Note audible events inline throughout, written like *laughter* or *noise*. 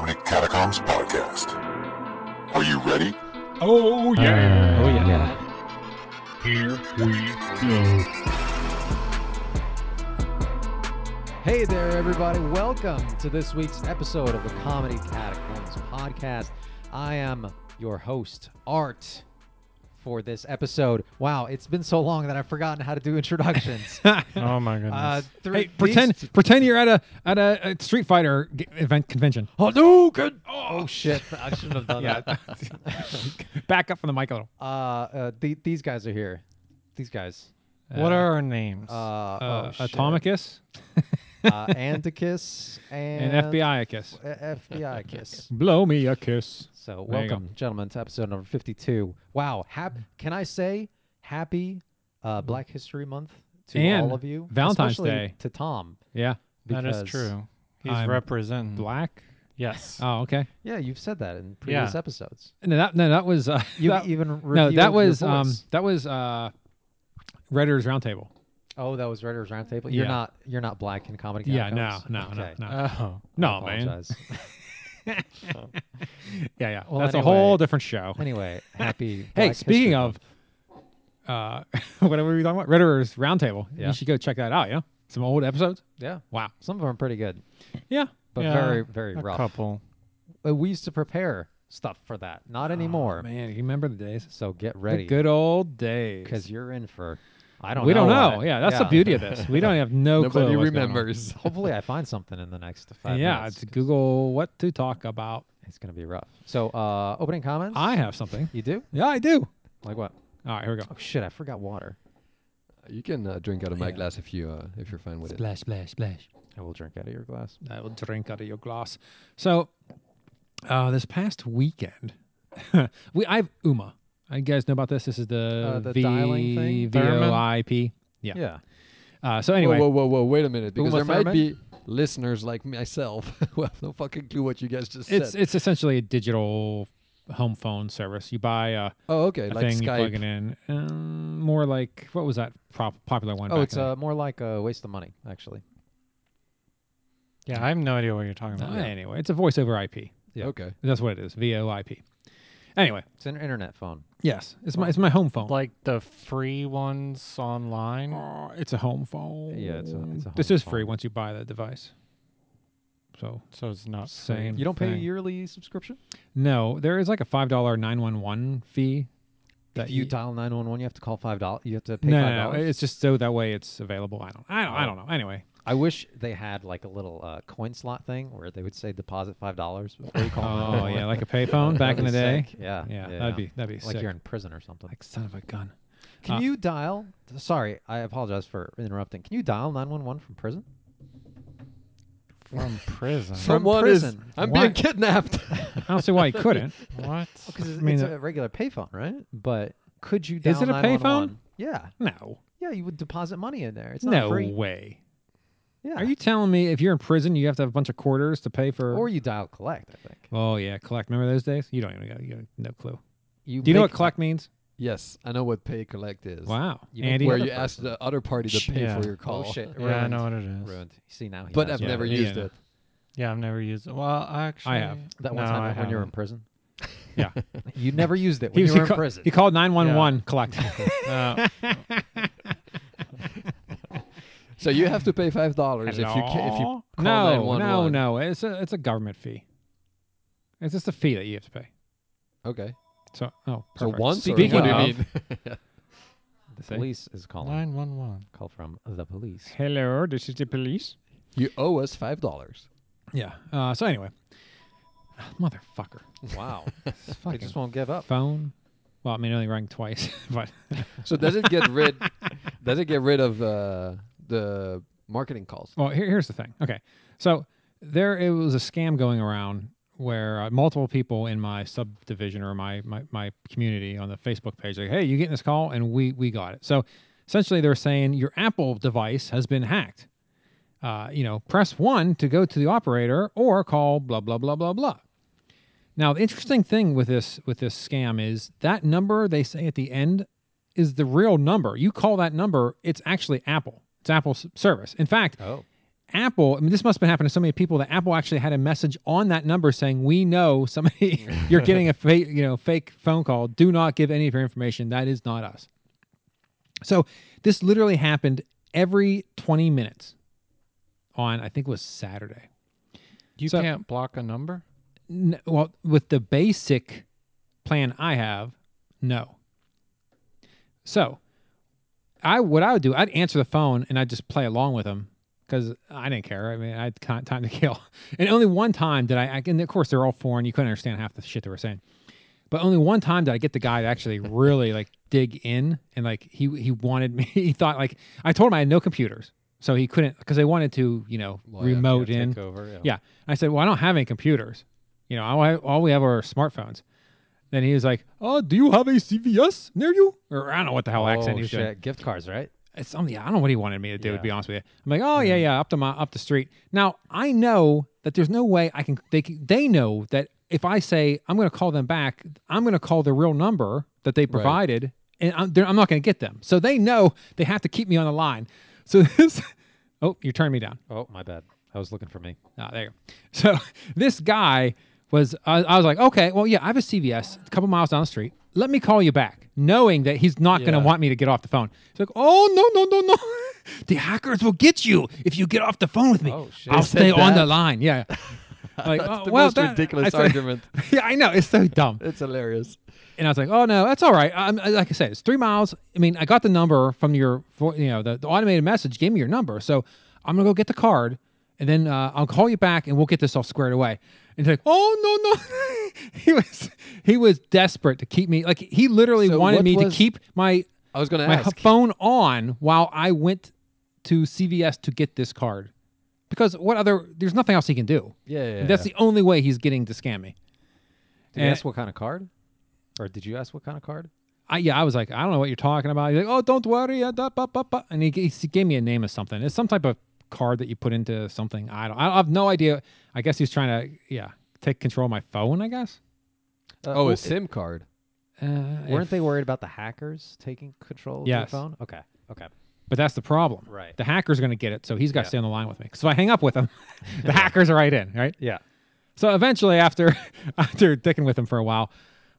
Catacombs Podcast. Are you ready? Oh yeah. Oh yeah. yeah. Here we go. Hey there, everybody. Welcome to this week's episode of the Comedy Catacombs podcast. I am your host, Art, for this episode. Wow, it's been so long that I've forgotten how to do introductions. *laughs* Oh my goodness. uh, three, Hey, these pretend t- pretend you're at a at a, uh, a Street Fighter g- event convention. Hadouken! Oh, shit. I shouldn't *laughs* have done that. Back up from the mic a little. Uh, uh, the, these guys are here. These guys. what are our names? uh, oh, shit. Atomicus Uh, Anticus *laughs* and, and, FBIicus. F- FBI Kiss. Blow me a kiss. So There you go. welcome, gentlemen, to episode number fifty-two. Wow, hap- can I say happy uh, Black History Month to And all of you, Valentine's especially Day. to Tom. Yeah. That is because- true. He's I'm representing. Black. Yes. *laughs* *laughs* Oh, okay. Yeah, you've said that in previous Yeah. episodes. No, that no, that was uh, You that, even no, revealed your that was um, voice. that was uh, Redditors Roundtable. oh, that was Redditors Roundtable. You're Yeah. not you're not black in comedy. Yeah, no, Catacombs? no, okay. no, no, oh. no, man. Apologize. *laughs* Yeah, yeah. Well, That's anyway. a whole different show. anyway, happy. Hey, Black History speaking Month. of, uh, *laughs* whatever we were talking about, Redditors Roundtable. Yeah. You should go check that out. Yeah, some old episodes. yeah, Wow. some of them are pretty good, Yeah. but Yeah, very very A rough. couple. Uh, We used to prepare stuff for that. Not anymore. Man, you remember the days? So get The ready. good old days. because you're in for. I don't. we don't know know. what- Yeah, that's the beauty of this. We don't have no *laughs* clue. Nobody what's going on. *laughs* remembers. Hopefully, I find something in the next *laughs* five Yeah, minutes. it's Google what to talk about. It's gonna be rough. So, uh, opening comments. I have something. You do? Yeah, I do. Like what? All right, here we go. Oh shit! I forgot water. You can uh, drink out of my glass if you uh, if you're fine with it. Splash, splash, splash. I will drink out of your glass. I will drink out of your glass. So, uh, this past weekend, *laughs* we I have UMA. Uh, You guys know about this? This is the, Uh, the dialing thing? VOIP. Yeah. Yeah. Uh, so anyway, Whoa, whoa, whoa, whoa! Wait a minute, because Uma there might Thurman? be listeners like myself *laughs* who have no fucking clue what you guys just it's said. it's essentially a digital home phone service. You buy a, oh, okay, a like thing, you plug it in. Skype. Um, more like what was that prop, popular one? Oh, back it's in the- uh, more like a waste of money, actually. Yeah, I have no idea what you're talking about. Uh, anyway, it's a voice over IP. Yeah. Okay, That's what it is. VoIP. Anyway, It's an internet phone. yes, it's my it's my home phone. Like the free ones online. Uh, it's a home phone. Yeah, it's a- it's a this home is free phone. once you buy the device. So So it's not Same. free. You don't pay a Thing. yearly subscription. no, there is like a five dollar nine one one fee. If you y- dial nine one one, you have to call five dollars. You have to pay no, five no, no, dollars. it's just so that way it's available. I don't, I don't, I don't know. Anyway, I wish they had like a little uh, coin slot thing where they would say deposit five dollars before you call. oh 911. yeah, like a *laughs* payphone back in the That'd be day. sick. Yeah, Yeah, that'd be that'd be like sick. you're in prison or something. like son of a gun. Can Uh, you dial? Sorry, I apologize for interrupting. Can you dial nine one one from prison? From prison. From someone is. prison. I'm Why- *laughs* being kidnapped. I don't see why you couldn't. what? Because it's, I mean, it's uh, a regular payphone, right? But could you? Dial Is it a payphone? 911? Yeah, No, yeah. You would deposit money in there. It's not no free. way. Yeah. Are you telling me if you're in prison, you have to have a bunch of quarters to pay for? Or you dial collect. I think. oh yeah, collect. Remember those days? You don't even got, you got no clue. You Do you know make- what *laughs* collect means? yes, I know what pay collect is. Wow, You make Andy. Where other you ask person. the other party Shh, to pay yeah. for your call. Oh shit! Yeah, ruined. I know what it is. Ruined. You see now. He *laughs* But knows I've what never it Yeah. is. used Yeah. it. Yeah, I've never used it. Well, actually, have. that one no, time I when you were in haven't. prison. Yeah. *laughs* you never used it when He, was, you he, were in ca- prison. he called 911 *laughs* collect. *laughs* No. So you have to pay five dollars if you ca- if you Hello? call no, 911. no, no. It's a it's a government fee. It's just a fee that you have to pay. Okay. So oh, perfect. So once. or Speaking what do you of, mean? the See? police is calling. Nine one one. Call from the police. hello, this is the police. You owe us five dollars. Yeah. Uh, so anyway, motherfucker. Wow. This they fucking just won't give up. phone. Well, I mean, it only rang twice, *laughs* but So does it get rid? *laughs* does it get rid of uh, the marketing calls? well, here, here's the thing. Okay, so there it was a scam going around where uh, multiple people in my subdivision or my, my my community on the Facebook page like, hey, you getting this call? And we we got it. So essentially, they're saying your Apple device has been hacked. Uh, you know, press one to go to the operator or call blah blah blah blah blah. Now, the interesting thing with this with this scam is that number they say at the end is the real number. You call that number, it's actually Apple. It's Apple's service. In fact, Oh. Apple, I mean, this must have been happening to so many people that Apple actually had a message on that number saying, "We know somebody, *laughs* you're getting a fake, you know, fake phone call. Do not give any of your information. That is not us." So this literally happened every 20 minutes on, I think it was Saturday. You So- can't block a number? N- well, with the basic plan I have, no. So, I what I would do, I'd answer the phone and I'd just play along with them because I didn't care. I mean, I had con- time to *laughs* kill. And only one time did I, I, and of course they're all foreign. You couldn't understand half the shit they were saying. But only one time did I get the guy to actually really like dig in and like he he wanted me. *laughs* He thought like I told him I had no computers, so he couldn't because they wanted to you know Well, yeah, yeah, remote take in. over, yeah. Yeah. I said, well, I don't have any computers. You know, all, I, all we have are smartphones. Then he was like, oh, do you have a CVS near you? Or I don't know what the hell accent he oh, was doing. shit. Gift cards, right? It's something, I don't know what he wanted me to do, to Yeah. be honest with you. I'm like, oh, yeah, Mm-hmm. yeah, up to my, up the street. Now, I know that there's no way I can, they, can- they know that if I say I'm going to call them back, I'm going to call the real number that they provided and I'm, they're- I'm not going to get them. So they know they have to keep me on the line. So *laughs* this, oh, you're turning me down. Oh, my bad. I was looking for me. Ah, there you go. *laughs* So this guy was, I I was like, okay, well, yeah, I have a CVS a couple miles down the street. Let me call you back, knowing that he's not going to Yeah. want me to get off the phone. He's like, oh, no, no, no, *laughs* no. the hackers will get you if you get off the phone with me. Oh, shit. I'll They said stay on the that? line. *laughs* Yeah. Like, That's oh, the well, most that- I ridiculous said- argument. *laughs* yeah, I know. It's so dumb. It's hilarious. And I was like, "Oh no, that's all right." I'm, I- like I said, it's three miles. I mean, I got the number from your, vo- you know, the, the automated message gave me your number, so I'm gonna go get the card, and then uh, I'll call you back, and we'll get this all squared away. And he's like, "Oh no, *laughs* no," he was he was desperate to keep me. Like he literally So wanted what me was- to keep my I was going to my h- ask. phone on while I went to CVS to get this card, because what other? There's nothing else he can do. yeah, yeah, yeah. That's the only way he's getting to scam me. Did you And- ask what kind of card? Or did you ask what kind of card? I, yeah, I was like, I don't know what you're talking about. He's like, oh, don't worry. uh, da, ba, ba, ba. And he, g- he gave me a name of something. It's some type of card that you put into something. I don't. I have no idea. I guess he's trying to, yeah, take control of my phone. I guess. Uh, oh, w- a SIM card. Uh, Weren't if- they worried about the hackers taking control Yes. of your phone? Okay. Okay. But that's the problem. Right. The hacker's going to get it, so he's got to Yeah. stay on the line with me. 'Cause if I hang up with him, *laughs* the hackers are right in. Right. Yeah. So eventually, after *laughs* after dicking with him for a while,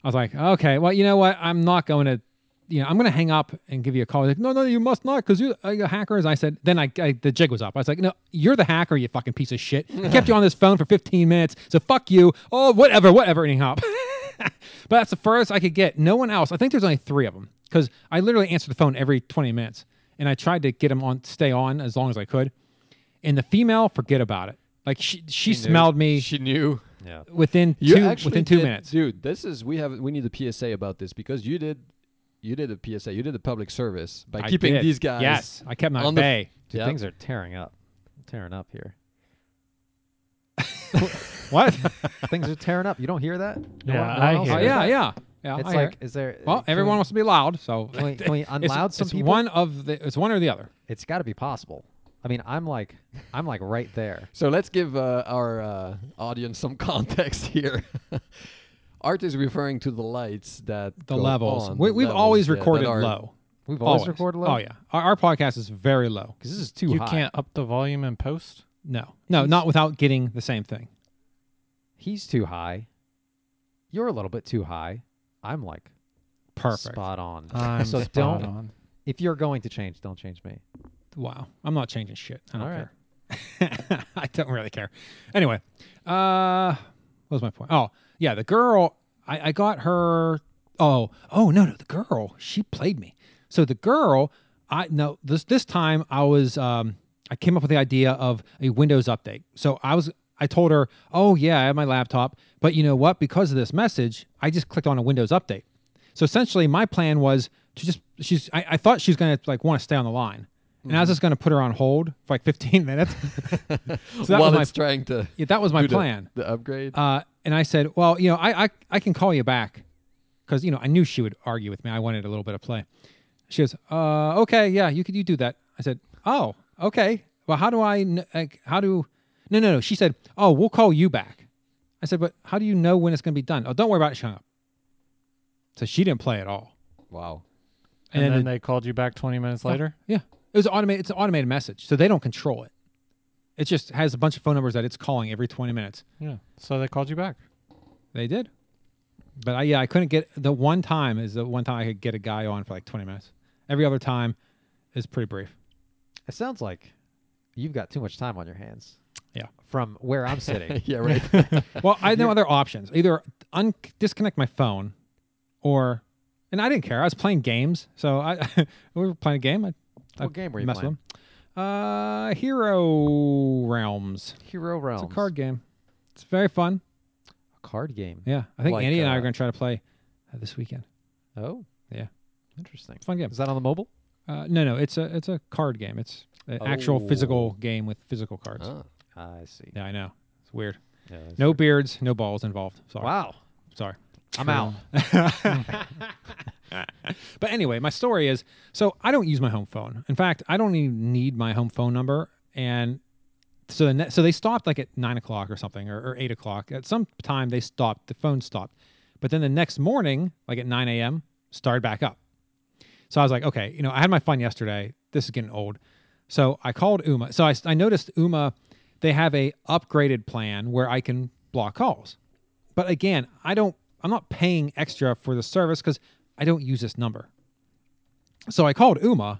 I was like, okay, well, you know what? I'm not going to, you know, I'm going to hang up and give you a call. He's like, no, no, you must not, because you uh, are you hackers. I said, then I, I the jig was up. I was like, no, you're the hacker, you fucking piece of shit. I kept you on this phone for 15 minutes, so fuck you. Oh, whatever, whatever, and he hung up. *laughs* but that's the furthest I could get. No one else. I think there's only three of them because I literally answered the phone every 20 minutes, and I tried to get him on, stay on as long as I could. And the female, forget about it. Like she, she, smelled me She knew. Yeah. within You two actually within two did- minutes. dude. This is we have we need a PSA about this because you did, you did a PSA. You did a public service by I keeping did. these guys. Yes, I kept my on the- bay. Dude, Yep. things are tearing up. Tearing up here. *laughs* what? things are tearing up. You don't hear that? Yeah, one- I else hear oh, hears yeah, that? yeah, yeah. It's I hear like, it. is there? well, can everyone we- wants to be loud, so *laughs* Can we, can we *laughs* unloud it's, some it's people? one of the it's one or the other. It's got to be possible. I mean, I'm like, I'm like right there. So let's give uh, our uh, audience some *laughs* context here. *laughs* Art is referring to the lights that The go levels. on, We, the we've levels, always yeah, that recorded are- *laughs* low. We've always, recorded low. Oh yeah, our, our podcast is very low. because this is too you high. can't up the volume and post? No, no, not without getting the same thing. He's too high. You're a little bit too high. I'm like Perfect. spot on. I'm so spot don't. on. If you're going to change, don't change me. Wow, I'm not changing shit. I don't All right. care. I don't really care. *laughs* Anyway, uh, what was my point? Oh, yeah, the girl. I, I got her. Oh, oh no, no, the girl. She played me. So the girl. I no this this time I was um I came up with the idea of a Windows update. So I was I told her, oh yeah, I have my laptop, but you know what? Because of this message, I just clicked on a Windows update. So essentially, my plan was to just she's. I, I thought she was gonna like want to stay on the line, and I was just gonna put her on hold for like *laughs* 15 minutes. *laughs* so that While was my it's trying to yeah, that was my do the- plan. The, *laughs* upgrade. Uh, and I said, well, you know, I I, I can call you back because you know I knew she would argue with me. I wanted a little bit of play. She goes, uh, okay, yeah, you could you do that? I said, oh, okay. Well, how do I? kn- Like, how do? No, no, no. She said, oh, we'll call you back. I said, but how do you know when it's gonna be done? Oh, don't worry about it. Shut up. So she didn't play at all. wow. *laughs* And, then then they called you back 20 minutes later? Yeah. It was automated. It's an automated message, so they don't control it. It just has a bunch of phone numbers that it's calling every 20 minutes. Yeah. So they called you back. They did. But I, yeah, I couldn't get the one time is the one time I could get a guy on for like 20 minutes. Every other time is pretty *laughs* brief. It sounds like you've got too much time on your hands. Yeah. From where I'm sitting. *laughs* yeah, right. Well, I had no other options. Either un- disconnect my phone or, and I didn't care. I was playing games. So I, *laughs* we were playing a game. I, I What game were you messed playing? With them. Uh, Hero Realms. Hero Realms. It's a card game. It's very fun. A card game. Yeah. I think Like, Andy and I uh, are going to try to play uh, this weekend. Oh. Yeah. Interesting. Fun game. Is that on the mobile? Uh, no, no, it's a it's a card game. It's an Oh. actual physical game with physical cards. Ah. I see. Yeah, I know. It's weird. Yeah, that's- No beards, no balls involved. Sorry. Wow. Sorry. I'm out. But anyway, my story is so I don't use my home phone. In fact, I don't even need my home phone number. And so the net, so they stopped like at nine o'clock or something or, or eight o'clock. At some time they stopped. The phone stopped. But then the next morning, like at nine a.m., started back up. So I was like, okay, you know, I had my fun yesterday. This is getting old. So I called Uma. So I, I noticed Uma, they have a upgraded plan where I can block calls. But again, I don't. I'm not paying extra for the service because I don't use this number. So I called Uma,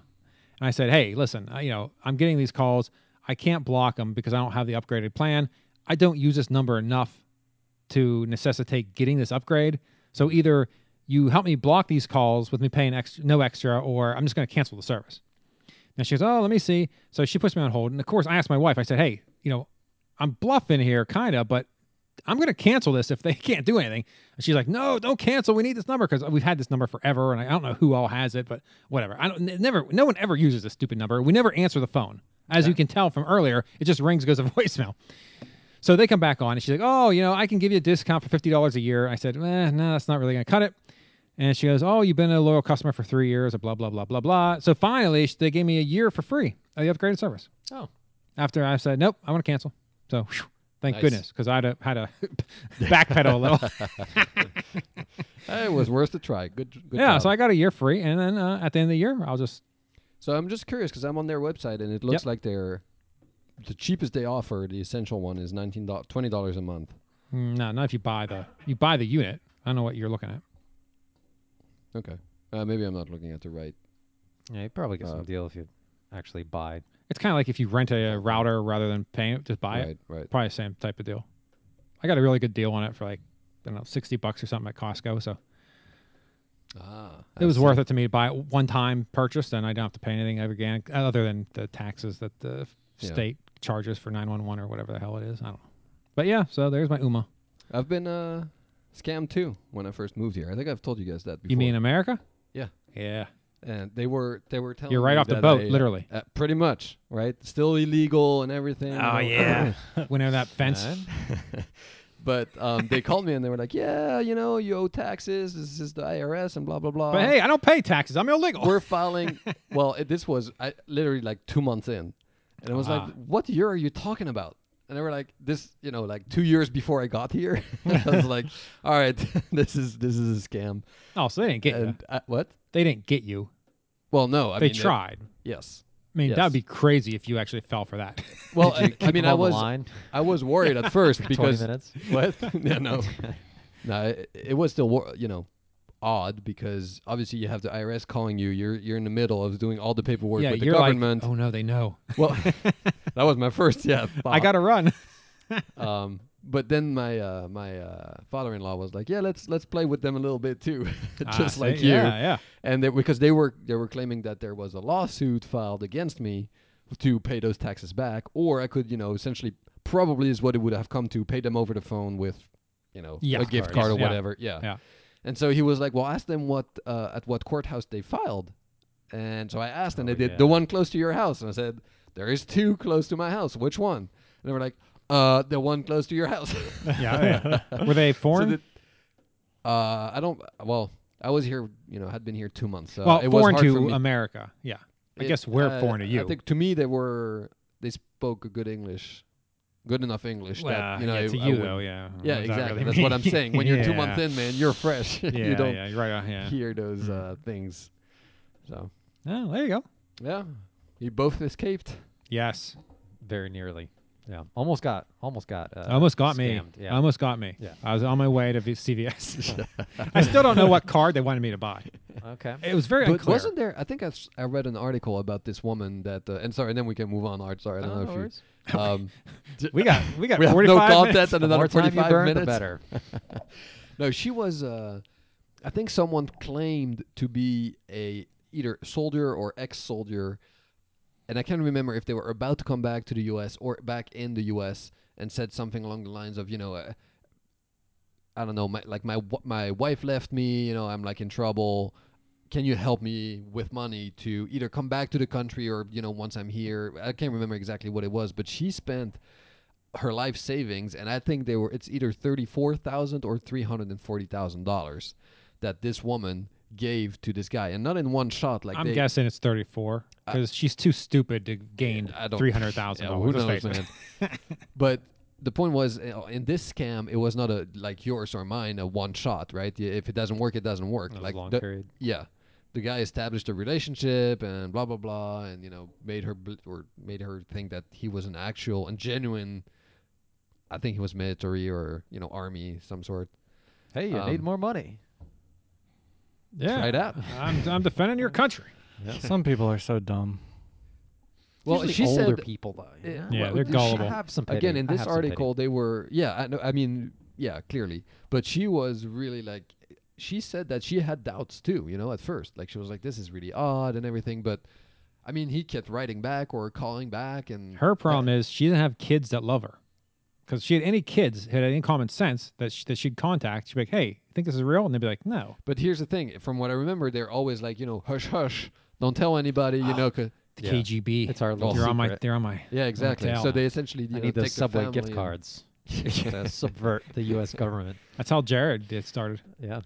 and I said, "Hey, listen, I, you know, I'm getting these calls. I can't block them because I don't have the upgraded plan. I don't use this number enough to necessitate getting this upgrade. So either you help me block these calls with me paying extra, no extra, or I'm just going to cancel the service." And she goes, "Oh, let me see." So she puts me on hold, and of course, I asked my wife. I said, "Hey, you know, I'm bluffing here, kind of, but I'm going to cancel this if they *laughs* can't do anything." And she's like, "No, don't cancel. We need this number because we've had this number forever, and I don't know who all has it, but whatever. I don't n- never. No one ever uses this stupid number. We never answer the phone, as you can tell from earlier. It just rings, goes to *laughs* voicemail." So they come back on, and she's like, "Oh, you know, I can give you a discount for fifty dollars a year." I said, eh, "No, that's not really going to cut it." And she goes, "Oh, you've been a loyal customer for three years, or blah blah blah blah blah." So finally, sh- they gave me a year for free of the upgraded service. Oh. After I said, "Nope, I want to cancel." So whew, thank Nice. goodness, because I'd have had a *laughs* backpedal a *laughs* little. Hey, it was worth a try. Good. good yeah, job. so I got a year free, and then uh, at the end of the year, I'll just So I'm just curious because I'm on their website and it looks Yep. like they're the cheapest they offer. The essential one is nineteen dollars, twenty dollars a month. mm, no, not if you buy the you buy the unit. I don't know what you're looking at. Okay, uh, maybe I'm not looking at the right. Yeah, you probably get Uh, some deal if you actually buy. It's kind of like if you rent a router rather than paying it, just buy it. right, right. Probably the same type of deal. I got a really good deal on it for like I don't know sixty bucks or something at Costco, so Ah, it was worth it to me to buy it one time purchase, and I don't have to pay anything ever again, other than the taxes that the f- Yeah. state charges for nine one one or whatever the hell it is. I don't know. But yeah, so there's my Uma. I've been uh, scammed too when I first moved here. I think I've told you guys that. before. You mean America? Yeah. Yeah. And they were they were telling You're right me off the that boat, I, *laughs* literally. uh, pretty much right. Still illegal and everything. you Oh, know. Whenever that fence. *laughs* but um, they called me and they were like, "Yeah, you know, you owe taxes. This is the IRS and blah blah blah." But hey, I don't pay taxes. I'm illegal. *laughs* *laughs* we're filing. well, it, this was I, literally like two months in, and I was Ah. like, "What year are you talking about?" And they were like, "This, you know, like two years before I got here." *laughs* I *laughs* was like, "All right, *laughs* this is this is a scam." *laughs* oh, so they didn't get you. And I, what? They didn't get you. Well, no, I they mean, it- tried. yes. I mean, yes. that'd be crazy if you actually fell for that. Well, Did you I, I keep mean, them I on the *laughs* was line I was *laughs* worried at first for 20 because minutes. *laughs* what? *laughs* no, no, no. It, it was still wor- you know odd because obviously you have the IRS calling you. You're you're in the middle of doing all the paperwork yeah, with the you're like, government. oh no, they know. Well, *laughs* that was my first yeah. I gotta run. Um, but then my uh, my uh, father-in-law was like, "Yeah, let's let's play with them a little bit too, *laughs* Ah, *laughs* just see? like you." Yeah, yeah. And they, because they were they were claiming that there was a lawsuit filed against me to pay those taxes back, or I could, you know, essentially probably is what it would have come to pay them over the phone with, you know, Yeah, a of gift course. card or Yeah. whatever. Yeah. Yeah. And so he was like, "Well, ask them what uh, at what courthouse they filed." And so I asked, and Oh, they did yeah. the one close to your house. And I said, "There is two close to my house. Which one?" And they were like, "Uh, the one close to your house." *laughs* *laughs* Yeah, yeah. Were they foreign? So that, uh, I don't. Well, I was here. You know, had been here two months. So well, it was foreign hard for to me. America. Yeah. I It- guess we're uh, foreign to you. I think to me they were. They spoke a good English, good enough English well, that you know. yeah, I- to I you wouldn't- though, yeah. Yeah, What's that exactly. really That's *laughs* what I'm mean? saying. When you're two Yeah. months in, *laughs* man, you're fresh. Yeah, you don't yeah, you're right. uh, Yeah. *laughs* hear those uh, things. So Oh, there you go. yeah, you both escaped. Yes. Very nearly. Yeah, almost got, almost got, uh, almost got me. scammed. Yeah, Almost got me. Yeah. I was on my way to v- *laughs* CVS. *laughs* I still don't know what card they wanted me to buy. okay. It was very But unclear. wasn't there? I think I, s- I read an article about this woman that, uh, and sorry, and then we can move on. Art, sorry, I don't Oh, know no if worries. you. Um, *laughs* *laughs* we *laughs* got we got we have 45 no content minutes. and The another more time you forty-five burn, the *laughs* minutes. better. no, she was. Uh, I think someone claimed to be a either soldier or ex-soldier, and I can't remember if they were about to come back to the U.S. or back in the U.S. and said something along the lines of, you know, uh, I don't know, my, like my w- my wife left me, you know, I'm like in trouble. Can you help me with money to either come back to the country or you know once I'm here? I can't remember exactly what it was, but she spent her life savings, and I think they were it's either thirty four thousand or three hundred and forty thousand dollars that this woman gave to this guy, and not in one shot. Like I'm they, guessing it's 34 because she's too stupid to gain I don't- 300,000. Yeah, dollars. who Let's knows, face it. man? *laughs* but the point was, uh, in this scam, it was not a like yours or mine, a one shot, right? Y- If it doesn't work, it doesn't work. That was a like long the- period. yeah, the guy established a relationship and blah blah blah, and you know made her bl- or made her think that he was an actual and genuine. I think he was military or you know army some sort. Hey, you need Um, more money. Yeah. Try *laughs* it out. I'm, I'm defending your country. *laughs* Some people are so dumb. Well, Usually she older said people though. Yeah, Yeah, well, they're *laughs* she- gullible. have some pity. again in I this have some pity. article they were yeah I, know, I mean yeah clearly but she was really like she said that she had doubts too you know at first like she was like this is really odd and everything but i mean he kept writing back or calling back and Her problem is she doesn't have kids that love her. Because she had any kids, had any common sense that, she, that she'd contact, she'd be like, hey, you think this is real? And they'd be like, no. but here's the thing from what i remember they're always like you know hush hush don't tell anybody you *sighs* know 'cause- The yeah. KGB. It's our little They're on my. secret. They're on my. yeah exactly tell. so they essentially you I know, need those take the subway family gift *laughs* and- *laughs* cards to subvert the U.S. government. That's how Jared did started. *laughs* Yeah.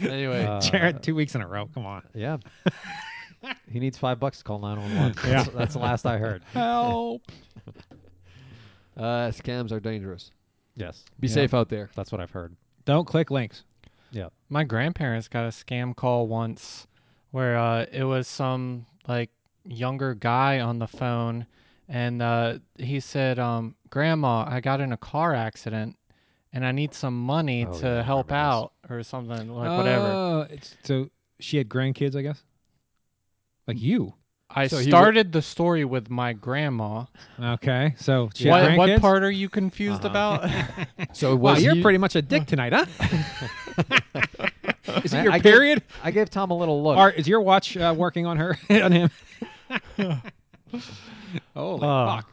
anyway *laughs* Uh, Jared, two weeks in a row. Come on. Yeah. he needs five bucks to call 911. Yeah. That's, that's the last I *laughs* heard. Help. uh, scams are dangerous Yes. be Yeah. safe *laughs* out there That's what I've heard. Don't click links. Yeah. *laughs* My grandparents got a scam call once where uh, it was some like younger guy on the phone and uh, he said, um, Grandma, I got in a car accident and I need some money Oh, to yeah, I help remember Uh, out or something like whatever. Oh, it's, so she had grandkids, I guess. Like you. I so he wa- started the story with my grandma. Okay. So she had What, what grandkids? part are you confused Uh-huh. *laughs* about? so Wow, was you're he- pretty much a dick tonight, huh? *laughs* is it Man, your I gave- period? I gave Tom a little look. Art, is your watch uh, working on her *laughs* on him? Holy Oh. fuck!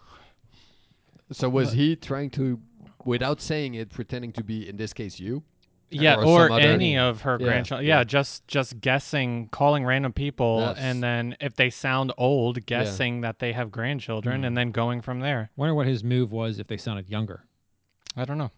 So was he trying to, without saying it, pretending to be in this case you? yeah, or or, some other- any of her Yeah, grandchildren. yeah. Yeah, just just guessing, calling random people, That's- and then if they sound old, guessing that they have grandchildren, Mm. and then going from there. Wonder what his move was if they sounded younger. I don't know.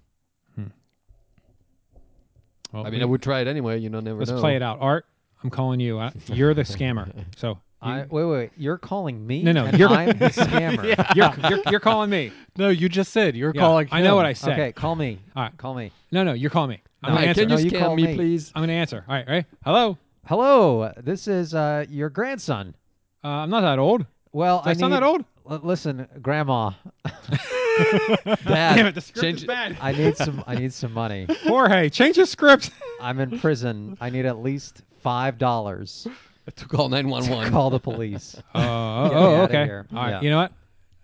Well, I mean, I would try it anyway. You know, never let's know. play it out. Art, I'm calling you. Uh, you're the scammer. So I, wait, wait, wait. You're calling me? No, no, And you're- *laughs* I'm the scammer. you're, you're, you're calling me. No, you just said you're Yeah, calling. I know what I him. said. Okay, call me. All right. Call me. No, no, you're calling me. I'm No, gonna Hey, answer. can you No, you scam call me, me. please? I'm gonna answer. All right, right. Hello. Hello. uh, This is uh, your grandson. Uh, I'm not that old. Well, Do I I sound need- that old? L- listen, *laughs* Grandma. Damn it, Dad, the script change is it. bad. I need some. I need some money. *laughs* Jorge, change the script. I'm in prison. I need at least five dollars. *laughs* to call nine one to one. call the police. Oh, oh, Get me oh, outta okay. here. All right. Yeah. You know what?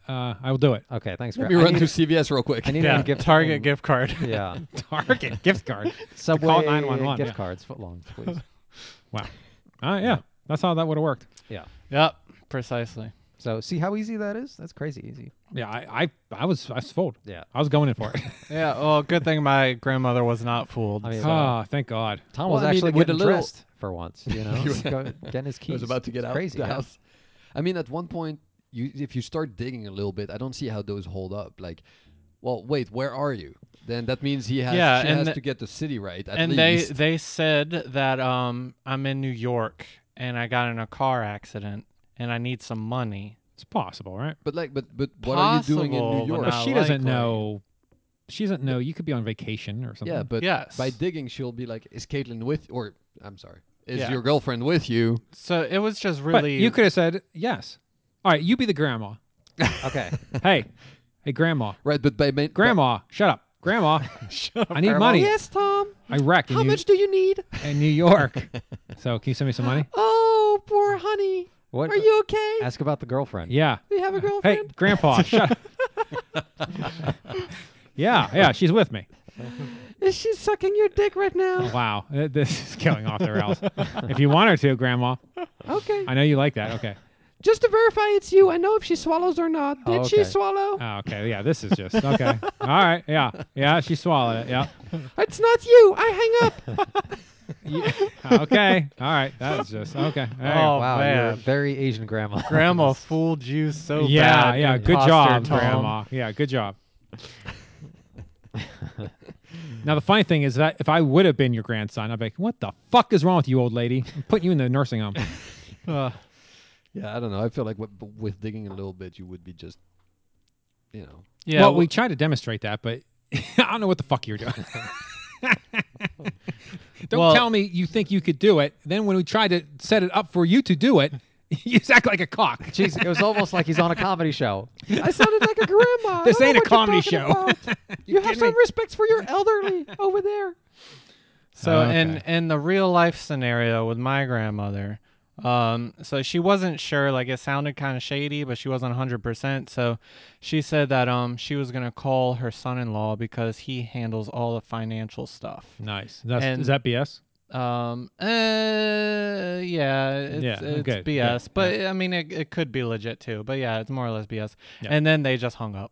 Uh, I will do it. *laughs* Okay, thanks, *laughs* Let Grandma. me I run need, to CVS real *laughs* quick. I need Yeah, a gift. Target um, gift card. *laughs* *laughs* Yeah. Target gift card. Subway call 911, gift yeah. cards, footlongs, *laughs* please. Wow. All right. Yeah. That's how that would have worked. yeah. yep, precisely. So see how easy that is? That's crazy easy. Yeah. I, I, I was, I was fooled. Yeah. Uh, I was going in for *laughs* it. Yeah. Well, good thing my grandmother was not fooled. I mean, Ah, thank God. Tom Well, was I mean, actually with a getting little- dressed for once. You *laughs* know, Go- getting his keys. *laughs* I was about to get It's out Crazy. the yeah. house. I mean, at one point, you if you start digging a little bit, I don't see how those hold up. Like, well, wait, where are you? Then that means he has Yeah, she and has the- to get the city right. At and least. they they said that um I'm in New York and I got in a car accident and I need some money. It's possible, right? but like, but but what are you doing in New Possible, but York? But Not she doesn't likely. know. She doesn't know. You could be on vacation or something. Yeah, but Yes. by digging, she'll be like, is Caitlin with? Or I'm sorry, is Yeah. your girlfriend with you? So it was just But really you could have said yes. All right, you be the *laughs* grandma. Okay. Hey, hey, grandma, Right, but by ma- grandma, shut up, *laughs* grandma. I need money. Yes, Tom. I wreck in, How New, much do you need? in New *laughs* York. so can you send me some money? Oh, poor honey. What? Are you okay? Ask about the girlfriend. Yeah. Do you have a Hey, girlfriend? grandpa, shut *laughs* *laughs* up. yeah, yeah, she's with me. Is she sucking your dick right now? Wow, *laughs* th- this is going off the rails. if you want her to, grandma, Okay. I know you like that. Okay. Just to verify it's you, I know if she swallows or not. Did Oh, she okay. swallow? Oh, okay. Yeah, this is just okay. All right. Yeah, yeah, she swallowed it. Yeah. It's not you. I hang up. *laughs* Yeah. Okay. All right. That was just okay. *laughs* There you Oh, go. Wow, you're a man. very Asian grandma. *laughs* Grandma fooled you so yeah, bad. yeah. Good Imposter job, Tom. Grandma. Yeah, good job. now the funny thing is that if I would have been your grandson, I'd be like, "What the fuck is wrong with you, old lady? I'm putting you in the nursing home." Uh, Yeah, I don't know. I feel like with, with digging a little bit, you would be just, you know. yeah. well, we we, tried to demonstrate that, but *laughs* I don't know what the fuck you're doing. *laughs* don't Well- tell me you think you could do it. Then when we tried to set it up for you to do it, *laughs* you act like a cock. Jeez, it was almost like he's on a comedy show. I sounded like a grandma. I This don't know ain't a what you're comedy talking *laughs* about. You have kidding some me? respect for your elderly over there. so Okay. in in the real life scenario with my grandmother, um, so she wasn't sure. Like it sounded kind of shady, but she wasn't hundred percent. So she said that um she was gonna call her son-in-law because he handles all the financial stuff. Nice. That's, And- is that BS? Um. Uh. Yeah. It's, Yeah, It's okay, BS. yeah, But I mean, it, it could be legit too. But yeah, it's more or less BS. And then they just hung up.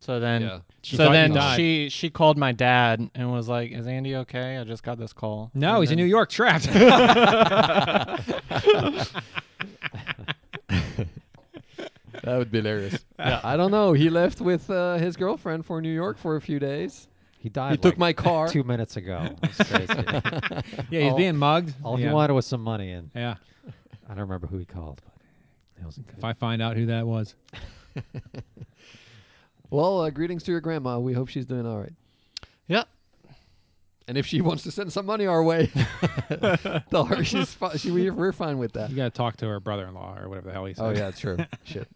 So then. Yeah. She so thought you then died. she she called my dad and was like, "Is Andy okay? I just got this call." No, he's in New York trapped. *laughs* That would be hilarious. I don't know. He left with uh, his girlfriend for New York for a few days. He died. He took like my car. two minutes ago. *laughs* It's crazy. Yeah, he's All- being mugged. All yeah. he wanted was some money, and Yeah. I don't remember who he called, but it wasn't If good. I find out who that was. Well, uh, greetings to your grandma. We hope she's doing all right. Yep. And if she wants to send some money our way, *laughs* tell her she's fi- she, we, we're fine with that. You got to talk to her brother in law or whatever the hell he said. Oh yeah, *laughs* it's true. Shit.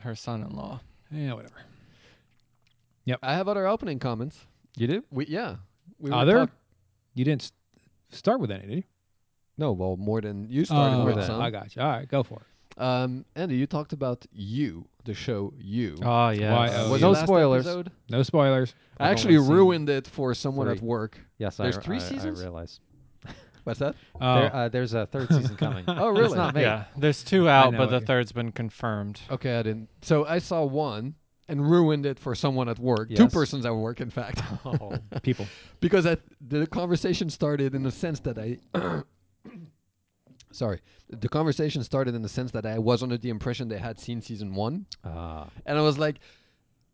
Her son-in-law. *laughs* Yeah, whatever. I have other opening comments. You do? We yeah. We were Other? talk- You didn't s- start with any, did you? no, well, more than you started Oh, with. that. Some. I got you. All right, go for it. Um, Andy, you talked about you, the show you. Oh yeah. Why, uh, Was No it last spoilers. episode? No spoilers. I I've actually only seen ruined it for someone at three. work. Yes, I, There's re- three I- seasons? I realize. What's that? Oh, There, uh, there's a third *laughs* season coming. Oh, really? It's not me. yeah. There's two out, know but the it. third's been confirmed. Okay, I didn't. So I saw one and ruined it for someone at work. Two Yes. persons at work, in fact, *laughs* Oh. people. because I, the conversation started in the sense that I. *coughs* Sorry, the conversation started in the sense that I was under the impression they had seen season one, Ah. and I was like,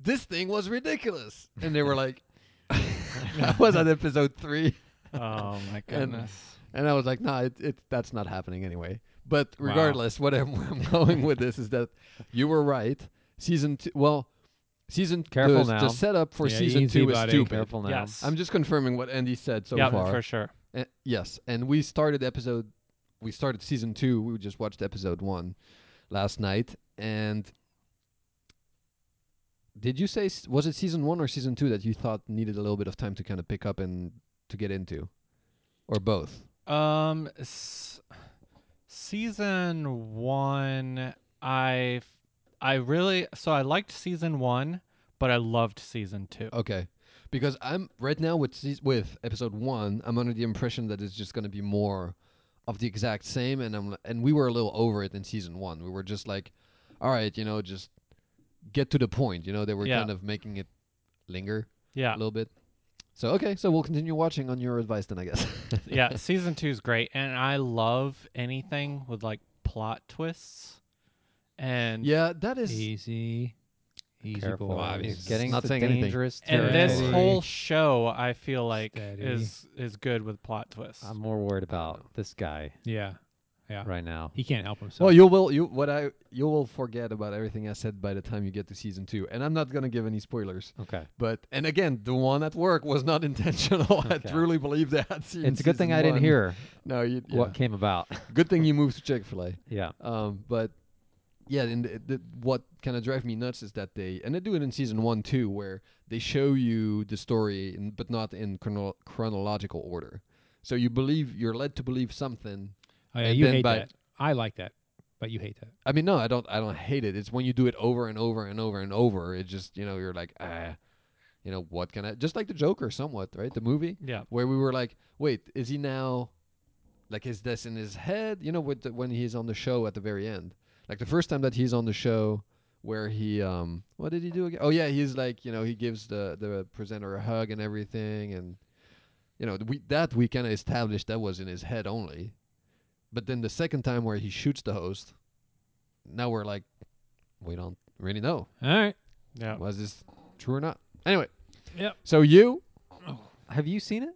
"This thing was ridiculous," and they were like, "I was on episode three. Oh my goodness. And I was like, nah, it, it that's not happening anyway. But regardless, what I'm, *laughs* where I'm going with this is that you were right. Season two, well, season Careful the, now. the setup for Yeah, season easy, two is buddy. stupid. careful now. Yes. I'm just confirming what Andy said so yeah, far. for sure. Uh, yes, and we started episode, we started season two. We just watched episode one last night, and did you say s- was it season one or season two that you thought needed a little bit of time to kind of pick up and to get into, or both? Um, s- season one, I, f- I really so I liked season one, but I loved season two. Oh, Okay, because I'm right now with seas- with episode one. I'm under the impression that it's just going to be more of the exact same, and I'm and we were a little over it in season one. We were just like, all right, you know, just get to the point. You know, they were Yeah. kind of making it linger a Yeah, little bit. So okay, so we'll continue watching on your advice then, I guess. *laughs* *laughs* yeah. Season two is great, and I love anything with like plot twists, and *laughs* yeah, that is. Easy. Easy Careful. boy. He's getting not to saying anything. dangerous and this territory. whole show I feel like Steady. is is good with plot twists. I'm more worried about this guy Yeah, yeah. right now. He can't help himself. Well, you will you what I you will forget about everything I said by the time you get to season two, and I'm not gonna give any spoilers. Okay. But and again, the one at work was not *laughs* intentional. I Okay. truly believe they *laughs* had seen. It's a good thing season I didn't one. hear No, you, yeah. what came about. good thing you moved to Chick Fil A. yeah. Um, but yeah, and the, the, what kind of drives me nuts is that they and they do it in season one too, where they show you the story, in, but not in chrono- chronological order. So you believe you're led to believe something. Oh, yeah, And you then hate by- that. I like that, but you hate that. I mean, no, I don't. I don't hate it. It's when you do it over and over and over and over. It just you know you're like ah, you know what can I? Just like the Joker, somewhat right? The movie. Yeah. where we were like, wait, is he now, like, is this in his head? You know, with the, when he's on the show at the very end, like the first time that he's on the show, where he, um, what did he do again? Oh yeah, he's like, you know, he gives the the presenter a hug and everything, and you know, we that we kind of established that was in his head only, but then the second time where he shoots the host, now we're like, we don't really know All right. Yeah. was this true or not. Anyway, Yep. So you, Have you seen it?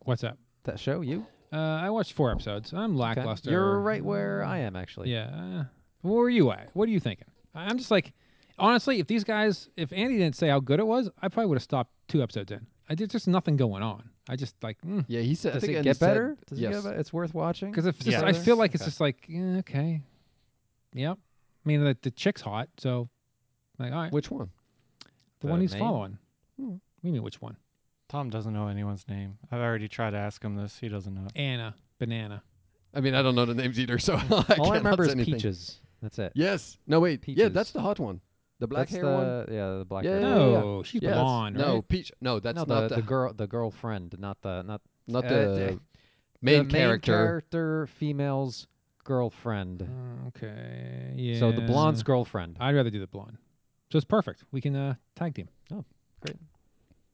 What's up? That show? You? Uh, I watched four episodes. I'm Okay. lackluster. You're right where I am, actually. Yeah. uh, Where were you at? What are you thinking? I- I'm just like, honestly, if these guys, if Andy didn't say how good it was, I probably would have stopped two episodes in. I, there's just nothing going on. I just like, mm. yeah, he said, I Does think it Andy get said- better? Does yes. it get better? It's worth watching. *laughs* Because if just, Yeah. I feel like it's Okay. just like yeah, okay, yep. I mean the, the chick's hot, so like all right, Which one? the the one he's main- following. Hmm. We mean which one? Tom doesn't know anyone's name. I've already tried to ask him this. *laughs* He doesn't know. it. Anna banana. I mean, I don't know the names either, so *laughs* I all can't I remember say is anything. peaches. That's it. Yes. No, wait. Yeah, that's Peaches. the hot one. The black That's hair the, one. Yeah, the black Yeah, hair. yeah, one. No, she's Yeah, that's- blonde. No, right? peach. No, that's no, not the, the girl, the girlfriend, not the not not uh, the the- main the character. character female's girlfriend. Mm, Okay. Yeah. So the blonde's girlfriend. I'd rather do the blonde. So it's perfect. We can uh, tag team.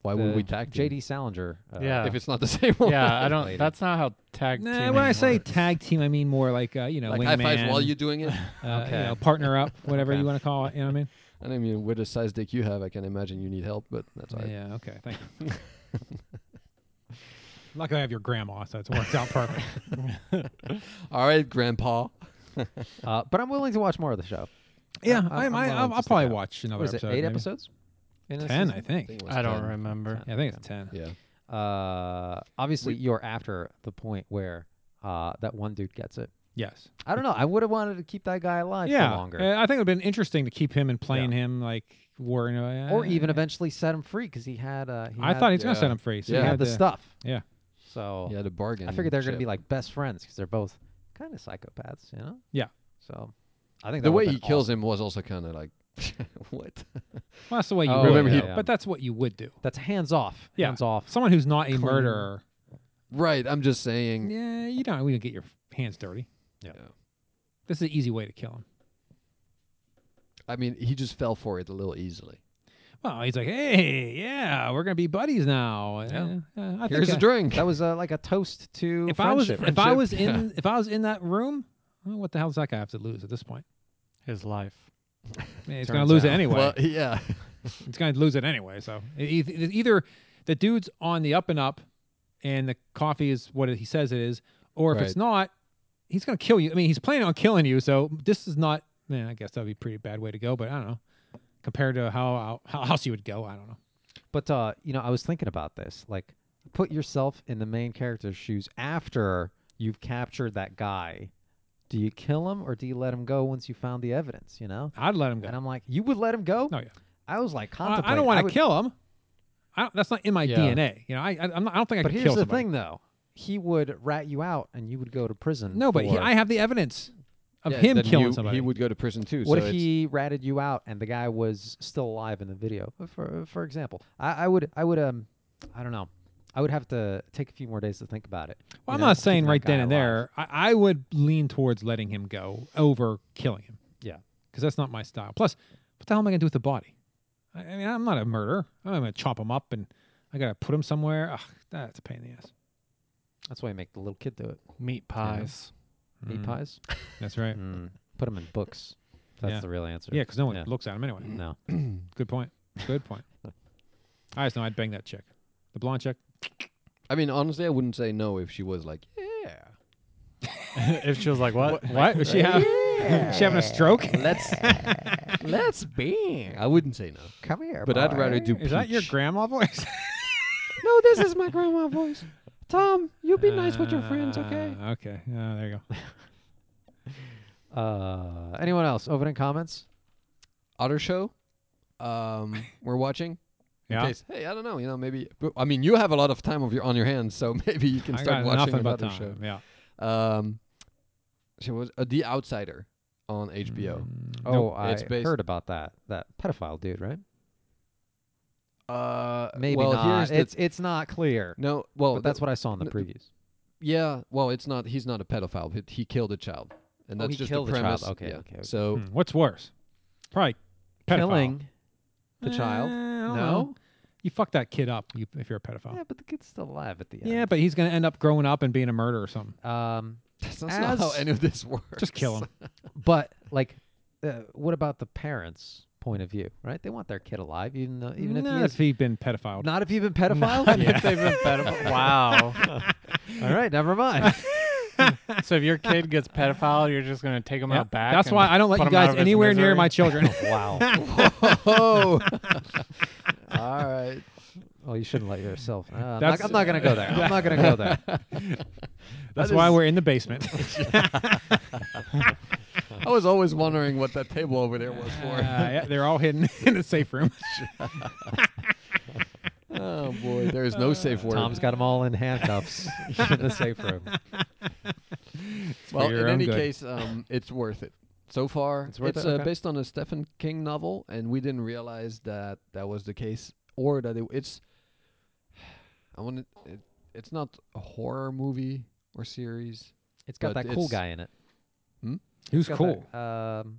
Why the would we tag team JD Salinger. uh, Yeah. if it's not the *laughs* same one? yeah, I don't. Later. That's not how tag Nah, teaming when I say works. tag team, I mean more like uh, you know like high wingman, fives while you're doing it. uh, Okay. you know, partner up, whatever Okay. you want to call it. You know what I mean? and I mean, with the size dick you have, I can imagine you need help, but that's all right. Yeah. Okay. Thank you. I'm not gonna have your grandma, so it works out perfect. *laughs* All right, Grandpa. Uh, but I'm willing to watch more of the show. Yeah, I'm- I, I'm I, willing I'll, to I'll stick probably out. watch another What is it? episode. Eight maybe. episodes? in a Ten, season? I think. it was I don't 10. remember. Yeah, I think it's ten. Yeah. Uh, obviously, you're after the point where uh, that one dude gets it. Yes. I don't know. I would have wanted to keep that guy alive yeah. for longer, uh, I think it would have been interesting to keep him and playing him like worrying. Uh, or even eventually set him free because he had. Uh, he I had- uh, thought he was gonna yeah. set him free. So he he Yeah. had had the stuff. Yeah. So Yeah, the bargain. I figured they're gonna chip. be like best friends because they're both kind of psychopaths, you know. Yeah. So I think the way he kills him was also kind of like, *laughs* what? Well, that's the way you Oh, would remember do he- it, But that's what you would do. That's hands off. Yeah. Hands off. Someone who's not a murderer. Right. I'm just saying. Yeah, you don't. We don't get your hands dirty. Yeah. This is an easy way to kill him. I mean, he just fell for it a little easily. Well, he's like, hey, yeah, we're gonna be buddies now. Yeah. Uh, I think, Here's a uh, drink. That was uh, like a toast to If I was, friendship. if I Friendship, was in, *laughs* if I was in that room, well, what the hell does that guy have to lose at this point? His life. I mean, he's gonna Turns lose it out. anyway. *laughs* Well, yeah. It's going to lose it anyway. So e- e- either the dude's on the up and up, and the coffee is what he says it is, or if it's Right. not, he's going to kill you. I mean, he's planning on killing you. So this is not. Man, I guess that'd be a pretty bad way to go. But I don't know. Compared to how how, how else you would go, I don't know. But uh, you know, I was thinking about this. Like, put yourself in the main character's shoes after you've captured that guy. Do you kill him or do you let him go once you found the evidence? You know. I'd let him go. And I'm like, you would let him go? No, Oh, yeah. I was like, I, contemplating. I don't want would- to kill him. I don't, that's not in my Yeah. DNA. You know, I I, I'm not, I don't think I But could here's kill the somebody. thing, though. He would rat you out, and you would go to prison. No, but he, for- I have the evidence of Yeah, him then killing you- somebody. He would go to prison too. What so if it's- he ratted you out and the guy was still alive in the video? Uh, For for example, I, I would I would um I don't know. I would have to take a few more days to think about it. Well, you I'm know, not keeping saying that right then guy and alive. there. I, I would lean towards letting him go over killing him. Yeah. Because that's not my style. Plus, what the hell am I going to do with the body? I, I mean, I'm not a murderer. I'm not going to chop him up and I got to put him somewhere. Ugh, that's a pain in the ass. That's why you make the little kid do it. Meat pies. Meat Mm, pies. That's right. Mm. Put them in books. That's Yeah. the real answer. Yeah, because no one Yeah. Mm. looks at him anyway. No. Good point. Good *laughs* point. I just know I'd bang that chick. The blonde chick. I mean, honestly, I wouldn't say no if she was like, yeah. if she was like, what? *laughs* What? Was she, have, Oh. she having a stroke? Let's let's be. I wouldn't say no, Come here. but I'd rather do. Is that your peach. grandma *laughs* voice? No, this is my grandma voice. Tom, you Uh, Okay. Oh, there you go. Uh, anyone else? Opening comments? Other show um, *laughs* we're watching. In Yeah. case- hey, I don't know. You know, maybe. But, I mean, you have a lot of time of your on your hands, so *laughs* maybe you can I got start watching nothing but another time. show. Yeah. Um, she was uh, The Outsider on HBO. Mm, Oh, nope. I it's based- heard about that. That pedophile dude, right? Uh, Maybe well, not. Here's the- It's it's not clear. no, well, but that's the- what I saw in the n- previews. Yeah, well, it's not. He's not a pedophile. He, he killed a child, and Oh, that's he just killed the a child. premise. Okay, yeah. okay, okay. Oh. So Hmm, What's worse? Probably pedophile. Killing the child? Eh, I don't know. No. You fuck that kid up you, if you're a pedophile. Yeah, but the kid's still alive at the end. Yeah, but he's gonna end up growing up and being a murderer or something. Um, *laughs* that's not how As- any of this works. Just kill him. but like, uh, what about the parents' point of view? Right? They want their kid alive, even though even if Not he is he'd been pedophile. not if you've been pedophile. *laughs* If they've been pedophile. Wow. All right, never mind. so if your kid *laughs* gets pedophile, you're just gonna take him Yeah, out back. That's and why I don't let put you him out guys of his anywhere near misery? my *laughs* children. wow. *laughs* *laughs* Oh. All right. Well, you shouldn't let yourself. Uh, I'm, That's- not, I'm not gonna go there. I'm not gonna go there. That's why we're in the basement. I was always wondering what that table over there was *laughs* Uh, for. *laughs* yeah, they're all hidden *laughs* in a safe *laughs* room. *laughs* oh boy, there is no safe word. Tom's got them all in handcuffs in the safe room. well, your in own any good. case, *laughs* um, it's worth it. So far, It's worth it? uh, Okay. based on a Stephen King novel, and we didn't realize that that was the case, or that it, it's. *sighs* I want it, It's not a horror movie or series. It's got But that cool it's- guy in it. Who's Got cool? That, um,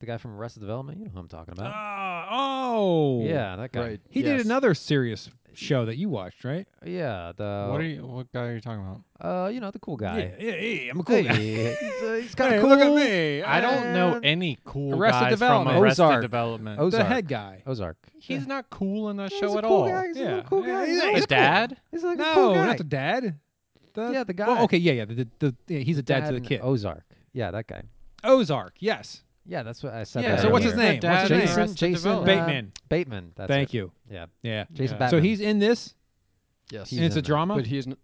the guy from Arrested Development. You know who I'm talking about. Ah, oh, yeah, that guy. Right. He yes. did another serious show that you watched, right? Yeah, the What are you? What guy are you talking about? uh, you know, the cool guy. yeah, yeah, I'm a Hey, *laughs* he's, uh, he's kind of Hey, cool. look at me. I don't know And any cool Arrested guys Development. from Arrested Ozark. Development. Ozark. The head guy. Ozark. He's not cool in that Yeah, show he's a at cool all. guy. He's a Yeah. little cool guy. Yeah, he's a He's a The little cool- dad? He's like no, a cool guy. not the dad. Yeah, the guy. Well, okay, yeah, yeah. The, the, the- yeah, he's a dad, to the in kid. Ozark. Yeah, that guy. Ozark. Yes. Yeah, that's what I said. Yeah, that so what's his earlier. name? The What's his dad name? in Jason. Arrested Jason uh, Development. Bateman. Bateman. That's Thank it. you. Yeah. Yeah. Jason So Bateman. he's in this, Yes. He's and it's in a that. drama. but he's. N-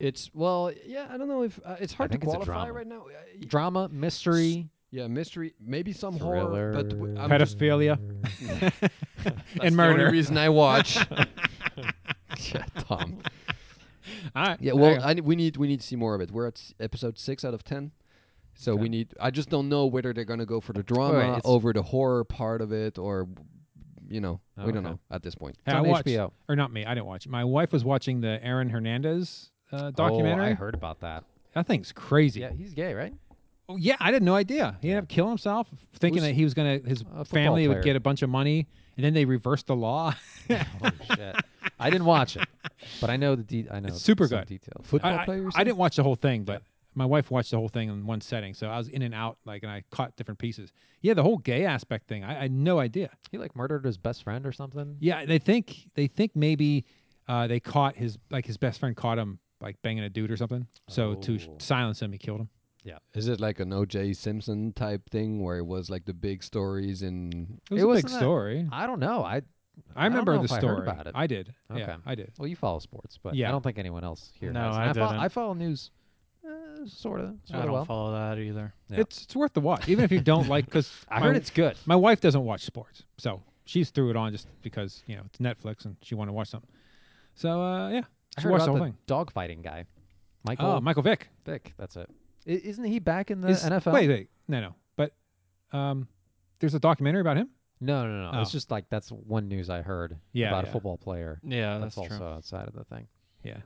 it's well, yeah. I don't know if uh, it's hard to think it's a qualify drama. right now. Uh, y- drama, mystery, Yeah, mystery, maybe some horror, thriller, but w- I'm just, Pedophilia that's and the only murder. reason I watch. *laughs* yeah, Tom. All right. Yeah, there you well, go. I, we need we need to see more of it. We're at s- episode six out of ten, so we need. I just don't know whether they're gonna go for the drama it's- over the horror part of it, or you know, Oh, we don't okay. know at this point. Hey, It's I on watched, HBO. Or not me. I didn't watch it. My wife was watching the Aaron Hernandez uh, documentary. Oh, I heard about that. That thing's crazy. Yeah, he's gay, right? Oh, yeah, I had no idea. He ended up killing himself, thinking Who's- that he was gonna his football family player. would get a bunch of money, and then they reversed the law. *laughs* Holy *laughs* shit! I didn't watch it, but I know the de- I know It's super some good. details. Football I, player. I- I didn't watch the whole thing, but my wife watched the whole thing in one setting, so I was in and out, like, and I caught different pieces. Yeah, the whole gay aspect thing, I, I had no idea. He like murdered his best friend or something. Yeah, they think they think maybe uh, they caught his like his best friend caught him like banging a dude or something. So to sh- Oh. silence him, he killed him. Is it like an O.J. Simpson type thing where it was like the big *laughs* stories in? It was It a big wasn't that- story. I don't know. I, I I don't remember know the if I heard story. about it. I did. Okay. Yeah, I did. well, you follow sports, but I Yeah. don't think anyone else here. No, does. And I I follow, didn't. I follow news, uh, sort of, I sort of don't well. follow that either. Yeah. It's it's worth the watch, even if you don't like, because *laughs* I heard it's good. My wife doesn't watch sports, so she's threw it on just because you know it's Netflix and she wanted to watch something. So uh, yeah, I she heard watched the whole about the thing. dogfighting guy, Michael Oh, Michael Vick. Vick. That's it. I, isn't he back in the Is- NFL? Wait, wait, no, no. But um, there's a documentary about him. No, no, no. no. It's Oh. just like that's one news I heard Yeah, about a yeah. Oh, football player. Yeah, that's, that's, also true. outside of the thing. Yeah.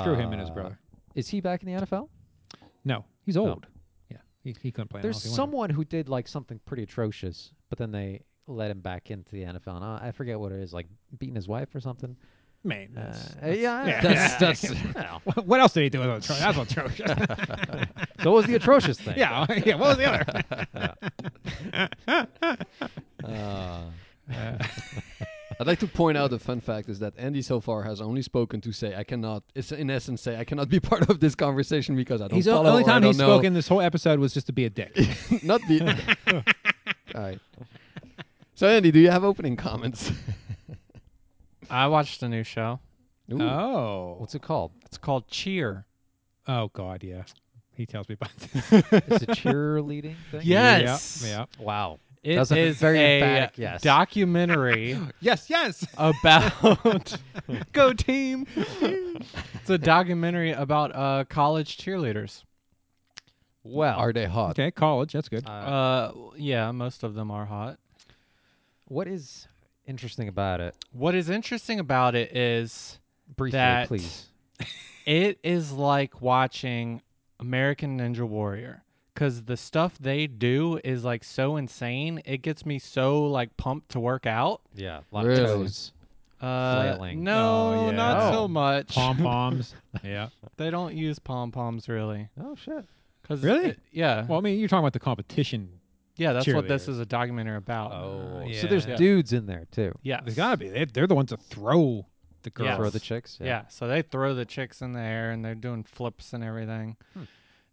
Screw him and his Uh, brother. Is he back in the NFL? No, he's old. Yeah, he, he couldn't play. There's now if he wanted. someone who did like something pretty atrocious, but then they let him back into the NFL. And I, I forget what it is, like beating his wife or something. man. Uh, that's- *laughs* yeah, yeah. that's that's. *laughs* what else did he do? with atro- That's atrocious. so was the atrocious *laughs* thing. yeah, yeah. What was the other? Uh, *laughs* I'd like to point out a fun fact is that Andy so far has only spoken to say I cannot. It's in essence say I cannot be *laughs* part of this conversation because I don't. He's the follow only or I time don't he's know. spoken this whole episode was just to be a *laughs* dick. Not the. All right. So Andy, do you have opening comments? I watched a new show. Ooh. oh, What's it called? It's called Cheer. oh God, yeah. He tells me about *laughs* this. It's a cheerleading thing. Yes. Yeah. yeah. Wow. It That's a is very a emphatic yes. documentary Yes. Yes. about go team. it's a documentary about uh, college cheerleaders. Well, Are they hot? Okay. College. That's *laughs* good. uh, Uh, yeah, most of them are hot. what is interesting about it? What is interesting about it is Briefly, That- please. it is like watching American Ninja Warrior because the stuff they do is like so insane. It gets me so like pumped to work out. Yeah. A lot Really? of toes. Uh, Flailing. no, Oh, yeah. not Oh. so much. Pom poms. yeah. They don't use pom poms really. Oh shit. 'Cause Really? it- yeah. Well, I mean, you're talking about the competition. yeah, that's what this cheerleaders. is a documentary about. yeah. So there's Yeah. dudes in there too. yeah. There's gotta be. They, they're Oh. the ones that throw the girls. Yes. Throw the chicks. Yeah. so they throw the chicks in the air and they're doing flips and everything. Hmm.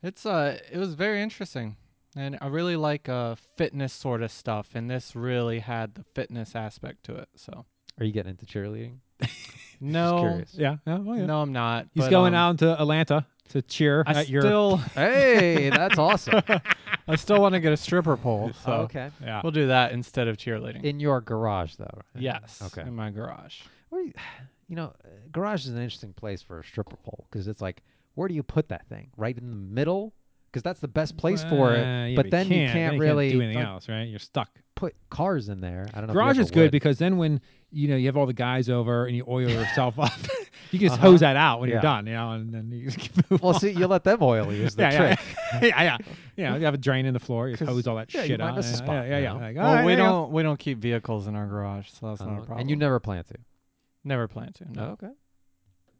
It's uh it was very interesting. And I really like uh fitness sort of stuff and this really had the fitness aspect to it. So Are you getting into cheerleading? no, curious. Yeah. Yeah. Oh, yeah. no I'm not. He's but, going um, out to Atlanta to cheer I at your. *laughs* still Hey, that's awesome. *laughs* Oh, I still want to get a stripper *laughs* pole. So okay. yeah. we'll do that instead of cheerleading. In your garage though. right? yes. Okay. In my garage. Where you, you know, uh, garage is an interesting place for a stripper pole because it's like, where do you put that thing? Right in the middle, because that's the best place for Uh, it. yeah, but then you then can't really do anything like, else, right? You're stuck. put cars in there. I don't know. if you Garage ever is good would. because then when you know you have all the guys over and you oil yourself *laughs* up, you can just hose that out when Uh-huh. Yeah. you're done, you know, and then you just *laughs* move well, on. see, you let them oil you is the yeah, yeah, trick. yeah, yeah, yeah. You have a drain in the floor, you just hose all that yeah, you shit might out. miss a yeah, spot, yeah, you yeah. know? Like, all Well, right, we there you go. don't we don't keep vehicles in our garage, so that's not a Uh, problem. and you never plan to. never plan to. No. Okay.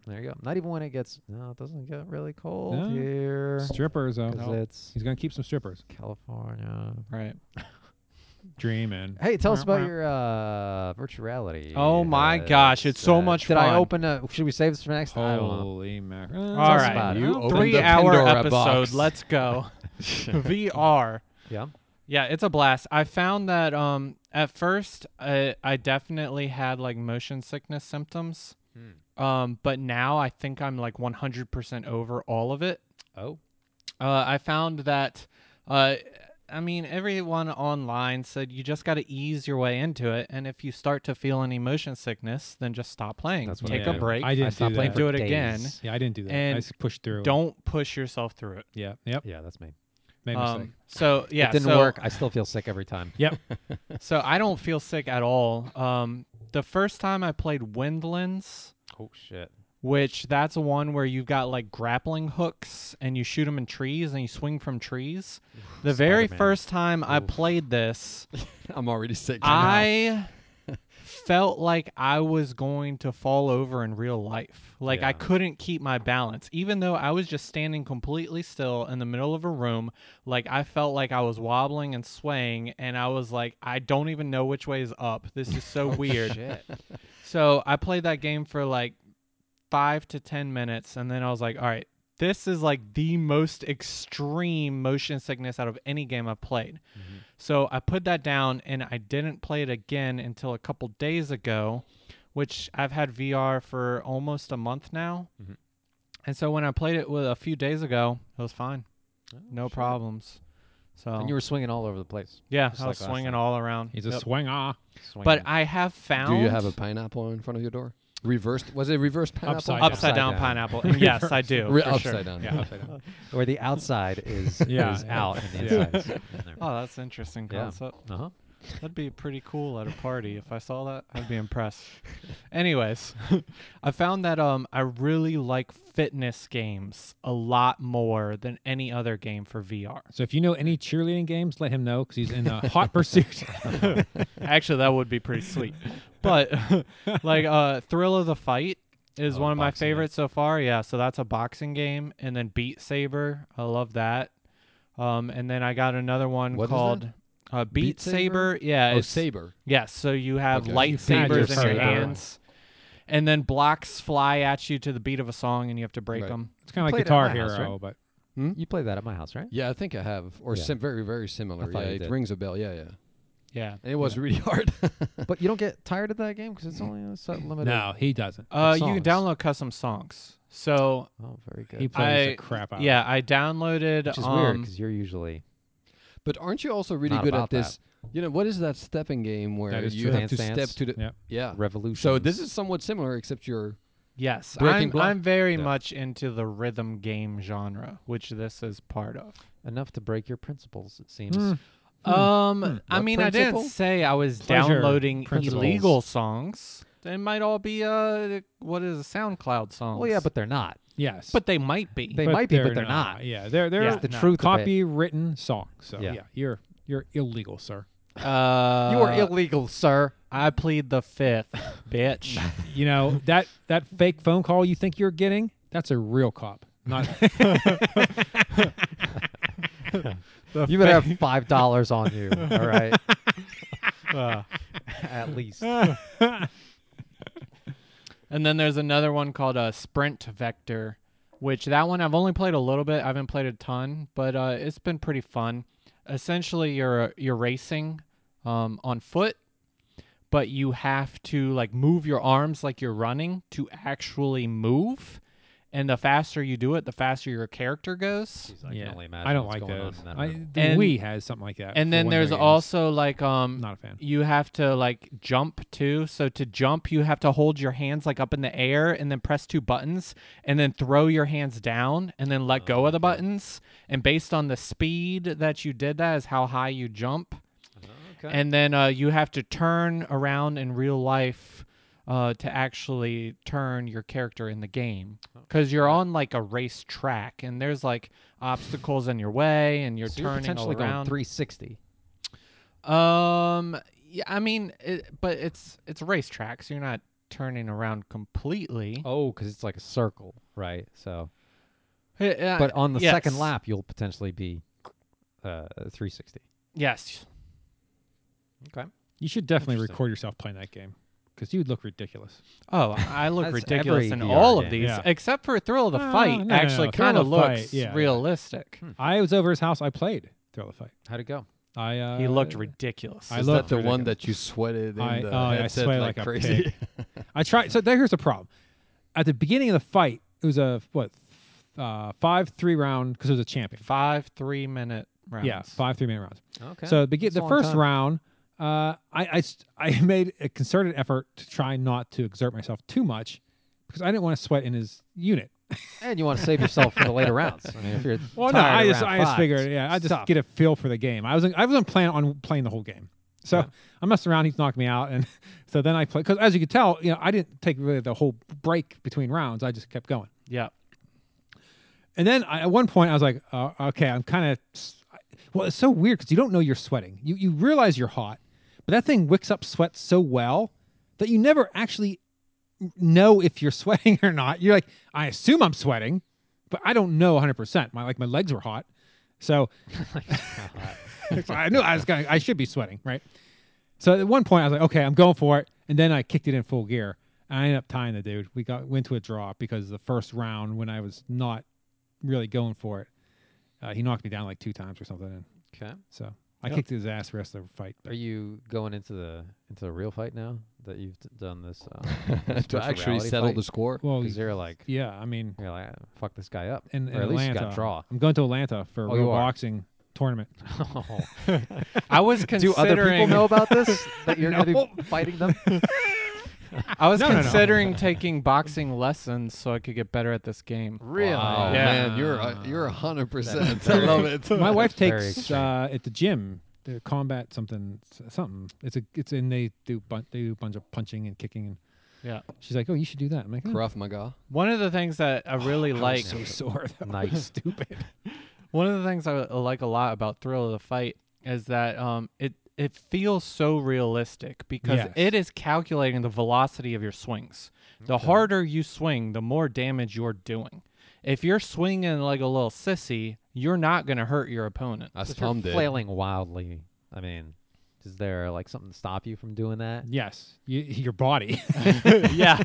There you go. Not even when it gets no, it doesn't get really cold No. here *laughs* strippers though. 'cause it's He's gonna keep some strippers. California. Right. *laughs* Dreaming. Hey, tell us Wah, about wah. your uh, virtuality. Oh my uh, gosh, it's so uh, much Did I fun. open a? Should we save this for next? I don't know. Holy mackerel! All Tell us right, about it. You opened three the hour Pandora episode. *laughs* box. Let's *laughs* go. VR. Yeah. Yeah, it's a blast. I found that um at first I, I definitely had like motion sickness symptoms. Hmm. Um, but now I think I'm like 100% over all of it. Oh. Uh, I found that, uh, I mean, everyone online said you just got to ease your way into it, and if you start to feel any motion sickness, then just stop playing. That's what Take I a did. break. I didn't stopped do playing that. do it again. days. Yeah, I didn't do that. I And just pushed through. Don't push yourself through it. Yeah. Yep. Yeah, that's me. Made mistake. Um, so yeah, it didn't so- work. I still feel sick every time. Yep. *laughs* So I don't feel sick at all. Um, the first time I played Windlands, Oh shit. which that's one where you've got like grappling hooks and you shoot them in trees and you swing from trees. The very Spider-Man. first time I played this, I'm already sick. I felt like I was going to fall over in real life. Like Yeah. I couldn't keep my balance, even though I was just standing completely still in the middle of a room. Like I felt like I was wobbling and swaying, and I was like, I don't even know which way is up. This is so weird. So I played that game for like five to 10 minutes, and then I was like, all right, this is like the most extreme motion sickness out of any game I've played. So I put that down and I didn't play it again until a couple days ago, which I've had VR for almost a month now. And so when I played it with a few days ago, it was fine. no problems. So And you were swinging all over the place. yeah, just I was like last time. swinging all around. He's a Yep. swinger. Swinging. But I have Do found you have a pineapple in front of your door? Reversed? Was it reversed pineapple? Upside down. upside down, down. pineapple. And yes, I do. Re- for upside sure. down. Yeah. upside down. where the outside *laughs* is Yeah, is yeah. out and the Yeah. inside is in there. Oh, that's interesting Yeah. concept. Uh-huh. That'd be pretty cool at a party. If I saw that, I'd be impressed. Anyways, *laughs* I found that um I really like fitness games a lot more than any other game for VR. So if you know any cheerleading games, let him know because he's in *laughs* a hot pursuit. *laughs* Actually, that would be pretty sweet. *laughs* But like uh Thrill of the Fight is Oh, one of my boxing game. favorites so far. Yeah, so that's a boxing game and then Beat Saber, I love that. Um and then I got another one What is that? called uh, Beat, Beat Saber? Saber? Yeah, Oh, it's- saber. Yes, so you have Okay. lightsabers in Magic your saber. hands, and then blocks fly at you to the beat of a song, and you have to break Right. them. It's kind of Played like it at my Guitar house, Hero, right? but Hmm? You played that at my house, right? Yeah, I think I have, or Yeah. sim- very, very similar. thought Yeah, you it did. rings a bell. Yeah, yeah. Yeah. and it was really *laughs* hard. But you don't get tired of that game because it's only a set limited. No, he doesn't. Uh, you can songs. download custom songs. So Oh, very good. He plays I- the crap out. of it. yeah, I downloaded. Which is um, weird because you're usually but aren't you also really Not good at about that. this? You know, what is that stepping game where That is you true. have Dance to Dance. step to the Yeah. yeah? revolution. uh, So this is somewhat similar, except you're Yes, Breaking I'm, Block? I'm very Yeah. much into the rhythm game genre, which this is part of. enough to break your principles. It seems. Hmm. Um, I What mean, I principle? didn't say I was Pleasure downloading principles. illegal songs. They might all be uh, what is a SoundCloud song? Well, yeah, but they're not. Yes. but they might be. They might be, but they're not. Yeah, they're they're Yeah, the The no. truth of it. copywritten song. So Yeah. yeah. you're you're illegal, sir. uh, you are illegal, sir. I plead the fifth, *laughs* bitch. You know that that fake phone call you think you're getting? That's a real cop. *laughs* Not *laughs* You better have five dollars on you. All right. *laughs* At least. And then there's another one called uh, Sprint Vector, which that one I've only played a little bit. I haven't played a ton, but uh, it's been pretty fun. Essentially, you're uh, you're racing um, on foot, but you have to like move your arms like you're running to actually move. And the faster you do it, the faster your character goes. I yeah. can only imagine I don't what's like going on those. in that I, room. the And- Wii has something like that. for And then one of there's their games. also like um not a fan. you have to like jump too. So to jump, you have to hold your hands like up in the air and then press two buttons and then throw your hands down and then let go of the buttons. And based on the speed that you did that is how high you jump. Okay. And then uh, you have to turn around in real life uh, to actually turn your character in the game because you're on like a race track and there's like obstacles in your way and you're So turning potentially all around. going 360. Um, yeah, I mean, it, but it's it's a racetrack, so you're not turning around completely. Oh, because it's like a circle, right? So, Uh, uh, but on the second yes. lap, you'll potentially be uh, 360. yes, You should definitely Interesting. record yourself playing that game because you'd look ridiculous. Oh, *laughs* I look That's ridiculous every in VR all of game. these, Yeah. except for Thrill of the Uh, Fight. no, no, actually, no, Thrill kind of of the Fight, looks yeah, Hmm. yeah. realistic. I was over his house. I played Thrill the Fight. How'd it go? I uh, he looked ridiculous. I is look that the one ridiculous. that you sweated in I- the oh, I headset sweat like like, a crazy? pig. I tried. So there, here's the problem. At the beginning of the fight, it was a what uh, five three round because it was a champion. five three minute rounds. Yeah, five three minute rounds. Okay. So the, That's a the long first time. round, uh, I, I s- I *laughs* made a concerted effort to try not to exert myself too much because I didn't want to sweat in his unit. and you want to save yourself for the later rounds. I mean, if you're *laughs* Well, no, tired I of just round I just five, figured, yeah, I just stop. get a feel for the game. I wasn't I wasn't planning on playing the whole game, so I messed around. He's knocked me out, and *laughs* so then I played because as you could tell, you know, I didn't take really the whole break between rounds. I just kept going. Yeah. And then I, at one point, I was like, uh, okay, I'm kind of. Well, it's so weird because you don't know you're sweating. You you realize you're hot, but that thing wicks up sweat so well that you never actually know if you're *laughs* sweating or not. You're like, I assume I'm sweating, but I don't know 100. percent My like my legs were hot, *laughs* so Oh *laughs* I knew I was going. I should be sweating, right? So at one point, I was like, okay, I'm going for it, and then I kicked it in full gear. And I ended up tying the dude. We got went to a draw because the first round when I was not really going for it. Uh, he knocked me down like two times or something, and Okay. so I Yep. kicked his ass the rest of the fight. but- Are you going into the into the real fight now that you've d- done this? Um, this *laughs* to virtual actually reality settle fight? the score. well, 'Cause you're like, yeah, I mean, you're like, "Ah, fuck this guy up, in, or in at least you got Atlanta, *laughs* to draw. *laughs* I'm going to Atlanta for a Oh, real you are. boxing tournament. *laughs* I was considering. Do other people know about this? That you're going to be *laughs* fighting them? I was No, no, no. considering taking boxing lessons so I could get better at this game. Really? Wow. Man, you're a, you're a hundred percent. I very- love *laughs* it. My wife Very takes extreme. uh, at the gym the combat something s- something. It's a it's and they do bun- they do a bunch of punching and kicking and Yeah. she's like, oh, you should do that. I'm like, "Hmm, Krav Maga. One of the things that I really I like was so sore. That was Nice. stupid. One of the things I I like a lot about Thrill of the Fight is that um, it it feels so realistic because Yes. it is calculating the velocity of your swings. The harder you swing, the more damage you're doing. If you're swinging like a little sissy, you're not going to hurt your opponent. *laughs* As If you're Tom did. flailing wildly, I mean, is there like something to stop you from doing that? Yes, you, your body. *laughs* yeah.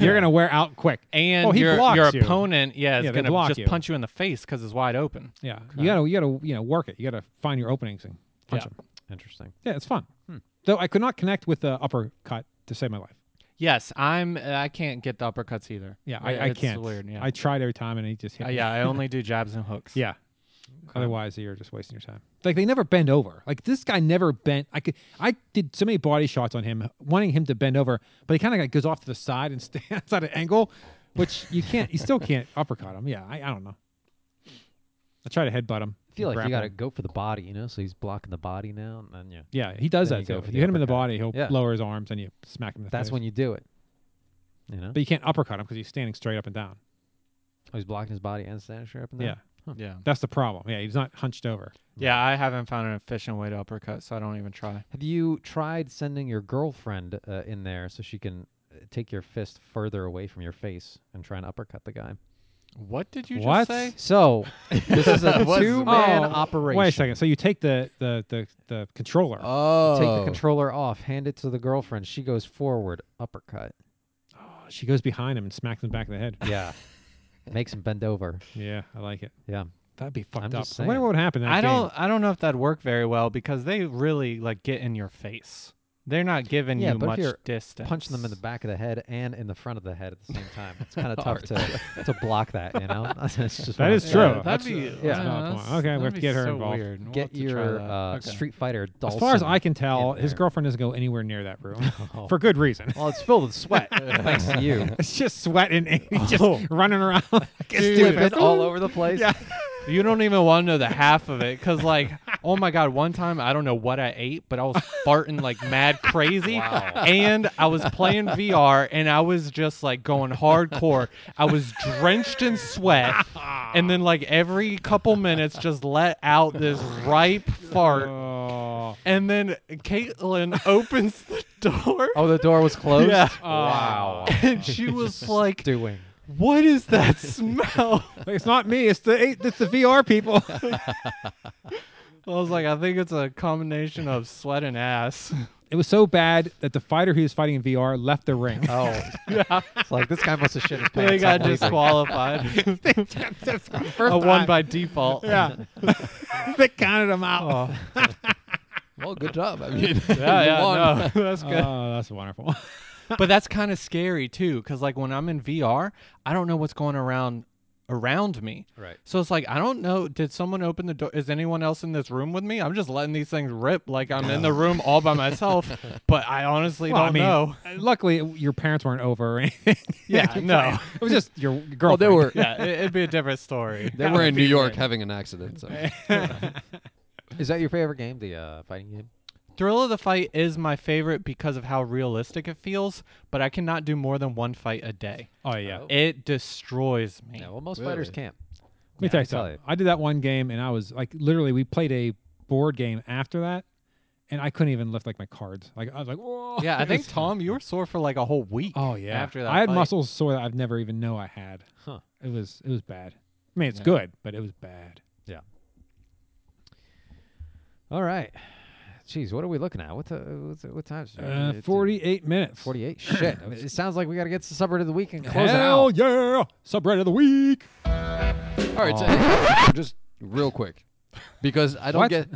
You're gonna wear out quick. *laughs* And Oh, he your, blocks your you. opponent, yeah, is Yeah, they going to block just you. punch you in the face because it's wide open. Yeah, you gotta you gotta you know work it. You gotta find your openings and punch Yeah. them. Interesting. Yeah, it's fun. Though I could not connect with the uppercut to save my life. Yes, I'm. I can't get the uppercuts either. Yeah, I, I It's can't. Weird. Yeah. I tried every time and he just hit Uh, me. yeah, I only do jabs and hooks. Yeah. Otherwise, you're just wasting your time. Like they never bend over. Like this guy never bent. I could. I did so many body shots on him, wanting him to bend over, but he kind of like goes off to the side and *laughs* stands at an angle, which you can't. You still can't uppercut him. Yeah, I, I don't know. I try to headbutt him. I feel like grapple you got to him. go for the body, you know. So he's blocking the body now, and then yeah, Yeah, he does Then that you go too. for You the hit him in the uppercut. body, he'll Yeah. lower his arms, and you smack him in the that's face. when you do it. You know, But you can't uppercut him because he's standing straight up and down. oh, he's blocking his body and standing straight up and down. Yeah, Yeah. that's the problem. Yeah, he's not hunched over. Yeah. I haven't found an efficient way to uppercut, so I don't even try. Have you tried sending your girlfriend uh, in there so she can uh, take your fist further away from your face and try and uppercut the guy? What did you What? just say? *laughs* So this is a What's- two-man Oh, operation. Wait a second. So you take the the the, the controller. Oh, Take the controller off, hand it to the girlfriend. She goes forward, uppercut. She goes behind him and smacks him in the back of the head. Yeah, makes him bend *laughs* over. Yeah, I like it. Yeah, That'd be fucked I'm up. just I wonder saying. what would happen. in that I game. don't. I don't know if that'd work very well because they really like get in your face. They're not giving Yeah, you but if much you're distance. punching them in the back of the head and in the front of the head at the same time. *laughs* It's kind of tough to, to block that, you know. *laughs* That's just That what is I'm Yeah, true. saying. that'd That's- be. uh, yeah, that's not a that's- point. Okay, we that'd have to be get her so involved. Weird. We'll have Get to try your that. uh, Okay. Street Fighter. Dawson. As far as I can tell, in his there. girlfriend doesn't go anywhere near that *laughs* room Oh. for good reason. Well, it's filled with sweat. *laughs* thanks to you. *laughs* It's just sweating and *laughs* he's just running around. *laughs* like a Slipping stupid- all over the place. Yeah. You don't even want to know the half of it because, like, oh my God, one time I don't know what I ate, but I was farting like mad crazy. And I was playing VR and I was just like going hardcore. I was drenched in sweat. And then, like, every couple minutes, just let out this ripe fart. Oh, And then Caitlin opens the door. Oh, the door was *laughs* closed. Yeah. Wow. And she was like, Doing. what is that *laughs* smell? *laughs* it's not me. It's the it's the VR people. *laughs* I was like, I think it's a combination of sweat and ass. it was so bad that the fighter who was fighting in VR left the ring. Oh. It's like this guy must *laughs* have shit his pants. they got I'm leaving. disqualified. That's the first a one time. by *laughs* default. yeah. *laughs* they counted him out. Oh, well, good job. *laughs* I mean, yeah, you yeah, won. no, that's good. Oh, that's wonderful. but that's kind of scary too, because like when I'm in VR, I don't know what's going around around me. Right. So it's like I don't know. Did someone open the door? Is anyone else in this room with me? I'm just letting these things rip. Like I'm in the room all by myself. but I honestly Well, don't I mean, know. *laughs* Luckily, your parents weren't over. *laughs* or anything. Yeah, no. it was just your girlfriend. Well, they were *laughs* Yeah, it, it'd be a different story. they were in New York having an accident. So. Is that your favorite game? The uh, fighting game? Thrill of the Fight is my favorite because of how realistic it feels. But I cannot do more than one fight a day. *laughs* Oh yeah. Let It destroys me. Yeah. Well, most fighters Really? can't. me tell you tell something. you. I did that one game, and I was like, literally, we played a board game after that, and I couldn't even lift like my cards. Like I was like, whoa. *laughs* Yeah, *laughs* I It think was- Tom, you were sore for like a whole week. Oh yeah. After that, I had fight. muscles sore that I've never even know I had. Huh. It was it was bad. I mean, it's good, but it was bad. All right. Jeez, what are we looking at? What the, what's what time? is it? Uh, It's, uh, Forty-eight minutes. *coughs* 48. Shit. I mean, it sounds like we got to get to suburb of the week and close Hell it out. yeah! Subreddit of the week. All right, so hey, just real quick, because I don't What? *laughs* get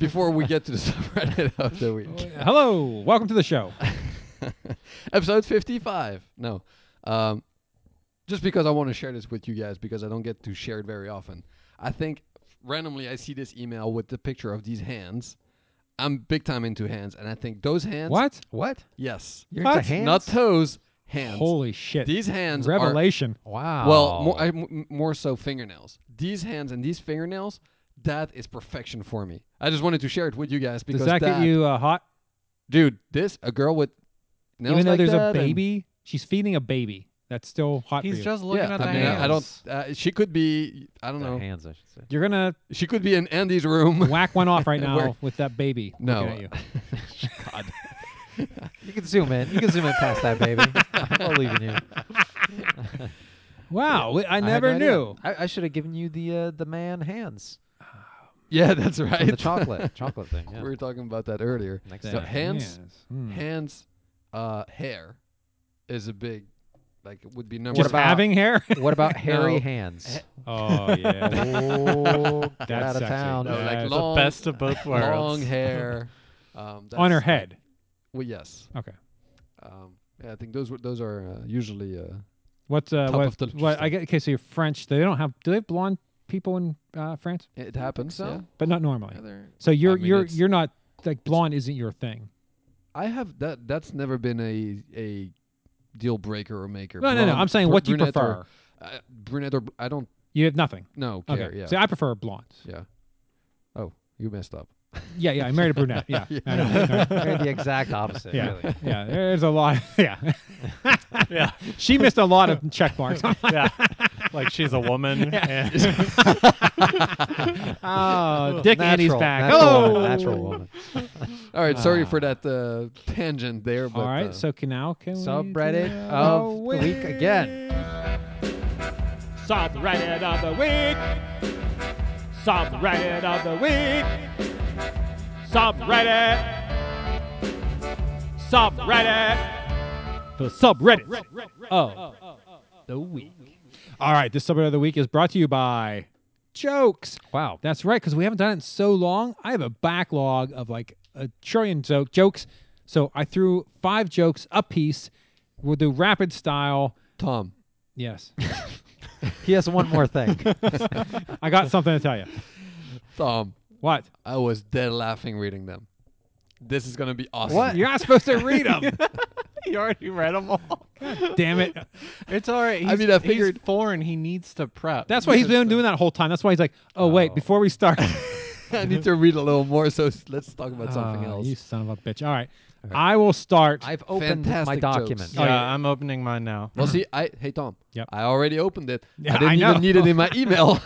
before we get to the subreddit of the week, Hello, welcome to the show. *laughs* episode fifty-five. No, um, just because I want to share this with you guys because I don't get to share it very often. I think randomly I see this email with the picture of these hands. I'm big time into hands, and I think those hands. what? What? Yes, You're What? into hands? not toes. Hands. Holy shit! these hands are- Revelation. Wow. Well, more, I, m- more so fingernails. These hands and these fingernails, that is perfection for me. I just wanted to share it with you guys because Does that, get you uh, hot? dude, this a girl with nails Even though like there's a that and- baby, she's feeding a baby. That's still hot. for He's you. just looking yeah, at the I mean, hands. I don't. Uh, she could be. I don't The know. hands, I should say. You're gonna She could be in Andy's *laughs* room. whack one off right now We're- with that baby. looking *laughs* No. at you. God. You can zoom in. You can zoom in past that, baby. I'm not leaving *laughs* you. Wow, we- I had never no idea. knew. I, I should have given you the uh, the *laughs* man hands Yeah, that's from right. the *laughs* chocolate chocolate thing. we Yeah. were talking about that earlier. Next So time. Hmm. hands, Yes. Hmm. hands, uh, hair, is a big like it would be number. Just about- having *laughs* hair. What *laughs* about hairy No. *laughs* hands? oh yeah. oh, get That's out of sexy. town. no, Yeah, like it's the long, best of both worlds. *laughs* long hair. Um, *laughs* On her that's- head. Well, yes. Okay. Um, yeah, I think those were those are uh, usually. Uh, What's uh, Top what? of the what I list. get. Okay, so you're French. They don't have. Do they have blonde people in uh, France? it happens. so. yeah. But not normally. Yeah, they're- So you're mean, you're it's- you're not like blonde isn't your thing. I have that. That's never been a a deal breaker or maker. No, no, no. Blonde, I'm saying br- what you brunette prefer. Or, uh, brunette or I don't you have nothing. know. Care, Okay. Yeah. See, I prefer blondes. yeah. Oh, you messed up. Yeah, yeah. I married a *laughs* brunette. Yeah. Yeah. I know. They're *laughs* the exact opposite. Yeah. Really. yeah. There's a lot. *laughs* Yeah. Yeah. *laughs* She missed a lot of check *laughs* marks. *laughs* yeah. Like she's a *laughs* woman. and- *laughs* oh, Dick natural, Annie's back. Natural oh, woman. Natural woman. All right. Sorry for that uh, tangent there. But, Ah. All right. uh, so can now can we do Subreddit the of the week again. Subreddit of the week. Subreddit of the week. Subreddit. Subreddit. The subreddit of the week. All right, this subreddit of the week is brought to you by jokes. Wow. That's right, because we haven't done it in so long. I have a backlog of like a trillion joke jokes. So I threw five jokes a piece. We'll do rapid style. Tom, Yes. He has one more thing. *laughs* I got something to tell you. Tom, What? I was dead laughing reading them. This is gonna be awesome. *laughs* You're not supposed to read *laughs* them. *laughs* you already read them all. Damn it. It's all right. I mean, He's- I figured- he's foreign. He needs to prep. That's why he's been doing that whole time. That's why he's like, oh, wait, before we start. I need to read a little more. So s- let's talk about something *laughs* Ah, else. You son of a bitch. All right. I will start. I've opened my Fantastic jokes. document. Oh, Yeah, I'm opening mine now. well, see, I hey Tom, Yep. I already opened *laughs* it. Yeah, I didn't I know. even need it *laughs* in my email.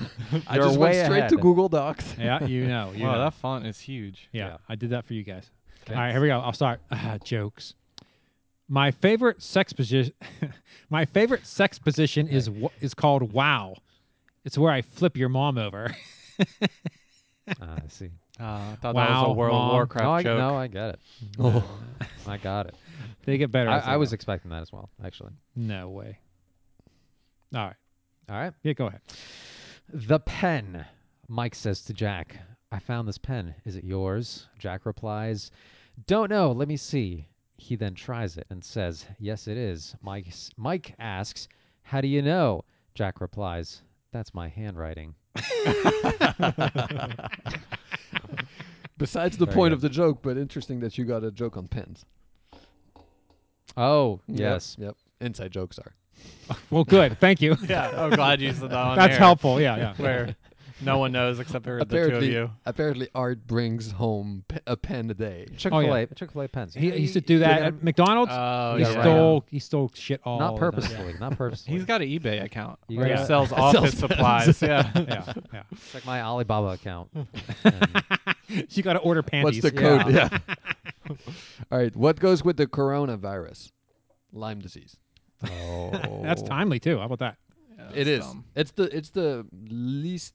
I You're just went way straight to ahead. Google Docs. *laughs* yeah, you know. You wow, know. that font is huge. Yeah, Yeah. I did that for you guys. All right, here we go. I'll start. *laughs* Ah, jokes. My favorite sex position. *laughs* my favorite sex position is wha- is called wow. It's where I flip your mom over. *laughs* Ah, I see. Uh, *laughs* I thought that was Wow, a World of Mom. Warcraft no, I, joke. no, I get it. Oh, *laughs* *laughs* I got it. they get better. I, as they I was go. expecting that as well, actually. no way. All right. All right. Yeah, go ahead. The pen. Mike says to Jack, I found this pen. Is it yours? Jack replies, Don't know. Let me see. He then tries it and says, Yes, it is. Mike, s- Mike asks, How do you know? Jack replies, That's my handwriting. Besides the Very point good. of the joke, but interesting that you got a joke on pens. Oh, Yep, yes. Yep. Inside jokes are. Well, good. Thank you. yeah, I'm Oh, glad you *laughs* said that on That's air, helpful. Yeah, yeah. *laughs* Where no one knows except for the two of apparently, you. apparently, art brings home p- a pen a day. Chick Oh, fil yeah. A Chick fil A pens. He, he used to do that at McDonald's. Oh, he yeah, right. stole. He stole shit all. Not the time. purposefully. *laughs* Not purposely. He's got an eBay account. You where gotta- he sells office supplies. yeah. Yeah, *laughs* yeah. It's like my Alibaba *laughs* account. *laughs* You got to order What's panties. the yeah. code? Yeah. *laughs* All right. What goes with the coronavirus? Lyme disease. oh. That's timely too. How about that? it that's is. dumb. It's the it's the least.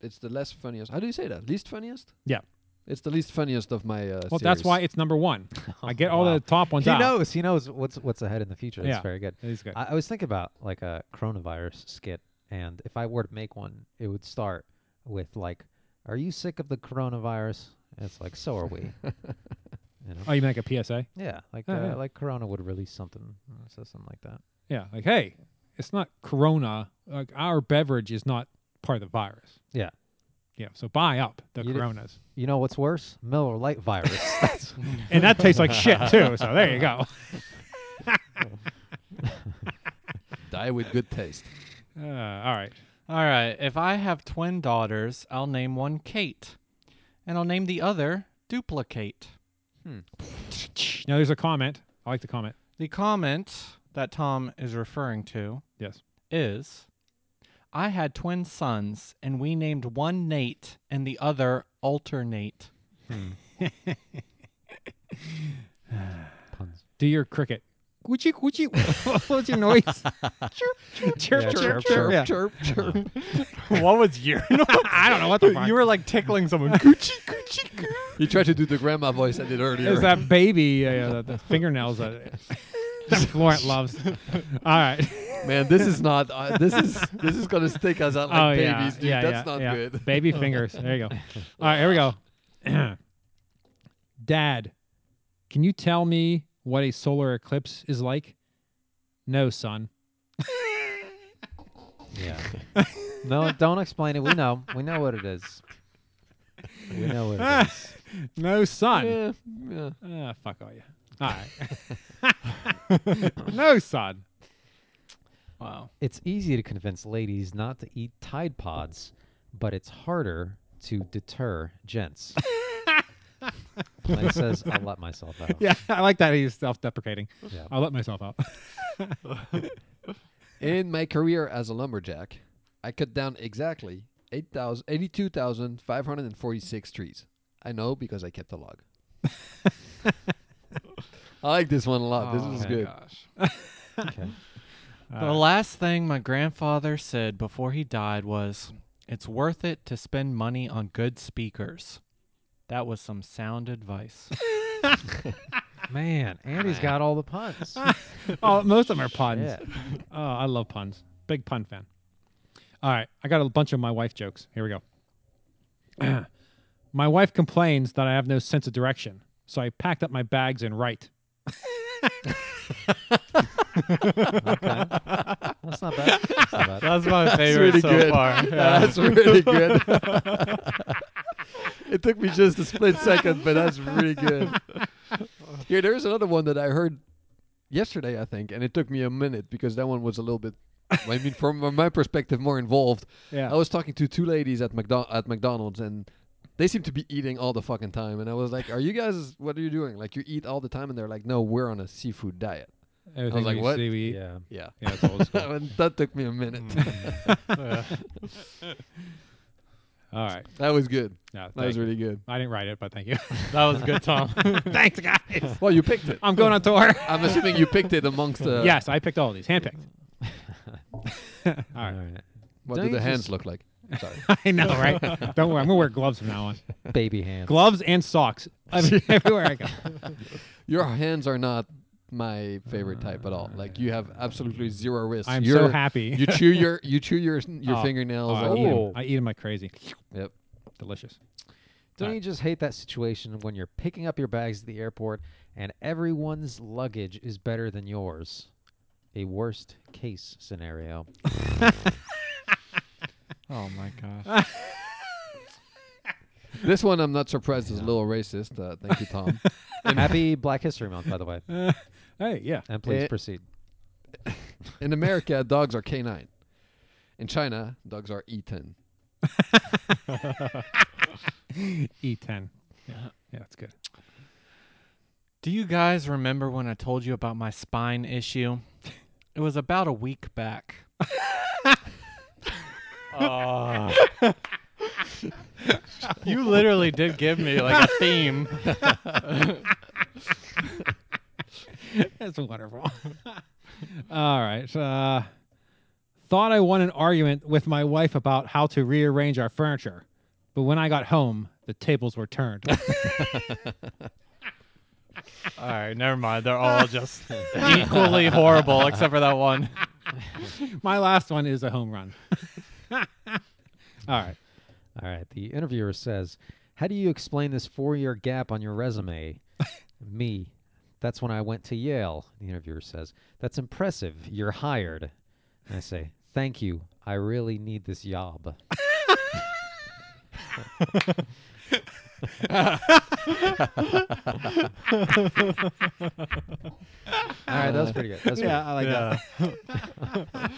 It's the less funniest. How do you say that? Least funniest? Yeah. It's the least funniest of my. Uh, Well, that's why series. it's number *laughs* one. I get all Wow. the top ones He out. knows. He knows what's what's ahead in the future. That's Yeah. very good. He's good. I, I was thinking about like a coronavirus skit, and if I were to make one, it would start with like, "Are you sick of the coronavirus?" And it's like, "So *laughs* are we." you know? oh, you mean like a PSA? Yeah, like Oh, uh, yeah. like Corona would release something, uh, so something like that. Yeah. Like, hey, it's not Corona. Like our beverage is not part of the virus. Yeah. Yeah. So buy up the You did- Coronas, You know what's worse? Miller Lite virus. *laughs* That's- and that tastes like *laughs* shit too. So there you go. die with good taste. Uh, all right. All right. If I have twin daughters, I'll name one Kate, and I'll name the other Duplicate. Now there's a comment. I like the comment. The comment that Tom is referring to Yes. is I had twin sons, and we named one Nate and the other Alternate. Puns. Do your cricket. Gucci, gucci. What's your *laughs* noise? chirp, chirp, chirp, *laughs* Yeah, chirp, chirp. chirp, Yeah. chirp, chirp. what was your? *laughs* I don't know what the fuck. you were like tickling *laughs* someone. Coochie, coochie, coo. You tried to do the grandma voice I did earlier. There's that *laughs* baby uh, the, the fingernails. That, Florent loves. All *laughs* right. Man, this is not. Uh, this *laughs* is this is gonna stick us out like oh yeah, babies, dude. yeah, That's yeah, not yeah. good. *laughs* Baby fingers. There you go. All right, here we go. *clears throat* Dad, can you tell me what a solar eclipse is like? No, son. Yeah. no, don't explain it. We know. We know what it is. We know what *laughs* it is. No, son. Yeah, Eh, yeah. Ah, fuck all you. All right. *laughs* no, son. Wow. It's easy to convince ladies not to eat Tide Pods, but it's harder to deter *laughs* gents. Lynn says, I'll let myself out. Yeah, I like that he's self-deprecating. Yeah. I'll let myself out. In my career as a lumberjack, I cut down exactly 8,000 82,546 trees. I know because I kept a log. I like this one a lot. Oh this is my good. Gosh. Okay. The last thing my grandfather said before he died was, "It's worth it to spend money on good speakers." That was some sound advice. Man, Andy's got all the *laughs* puns. *laughs* oh, most *laughs* of them are puns. Yeah. Oh, I love puns. Big pun fan. All right, I got a bunch of my wife jokes. Here we go. *clears throat* my wife complains that I have no sense of direction, so I packed up my bags and right. That's not bad. That's not bad. That's my favorite really so good. *laughs* far. *laughs* That's really good. it took me just a split second, but that's really good. Here, there's another one that I heard yesterday, I think, and it took me a minute because that one was a little bit, I mean, from from my perspective, more involved. Yeah. I was talking to two ladies at, McDo- at McDonald's, and they seem to be eating all the fucking time. And I was like, "Are you guys? What are you doing? Like, you eat all the time?" And they're like, "No, we're on a seafood diet." Everything like, we "What?" see, we eat. Yeah. Yeah, Yeah, it's old *laughs* school. *laughs* and that took me a minute. Hmm. All right. *laughs* that was good. Yeah, That was thank- really good. I didn't write it, but thank you. That was good, Tom. *laughs* Thanks, guys. Well, you picked it. I'm going on tour. I'm assuming you picked it amongst uh, the. yes, I picked all these, handpicked. *laughs* all All right. right. What Don't do the you hands just- look like? *laughs* Sorry. I know, right? Don't worry. I'm going to wear gloves from now on. Baby hands. Gloves and socks *laughs* Every- everywhere I go. Your hands are not my favorite type at all. Like you have absolutely zero wrists. I'm You're- so happy. You chew your you chew *laughs* your your Oh. Oh, fingernails. I, like, eat 'em. Oh. I eat them like crazy. Yep. Delicious. Don't you just hate that situation when you're picking up your bags at the airport and everyone's luggage is better than yours? A worst case *laughs* scenario. oh my gosh. This one I'm not surprised is a little racist. Uh, thank *laughs* you, Tom. Happy Black History Month, by the way. *laughs* Hey, yeah. And please Eh. proceed. In America, dogs are canine. In China, dogs are eaten. E E10. Yeah, yeah that's good. Do you guys remember when I told you about my spine issue? It was about a week back. you literally did give me like a theme. *laughs* That's wonderful. All right. Uh, thought I won an argument with my wife about how to rearrange our furniture, but when I got home, the tables were turned. *laughs* All right, never mind. They're all just *laughs* equally horrible except for that one. *laughs* my last one is a home run. *laughs* All right. All right. The interviewer says, How do you explain this four year gap on *laughs* your resume? Me. That's when I went to Yale. The interviewer says, That's impressive. You're hired. And I say, Thank you. I really need *laughs* this job. All right, that was pretty good. That's yeah, I like that.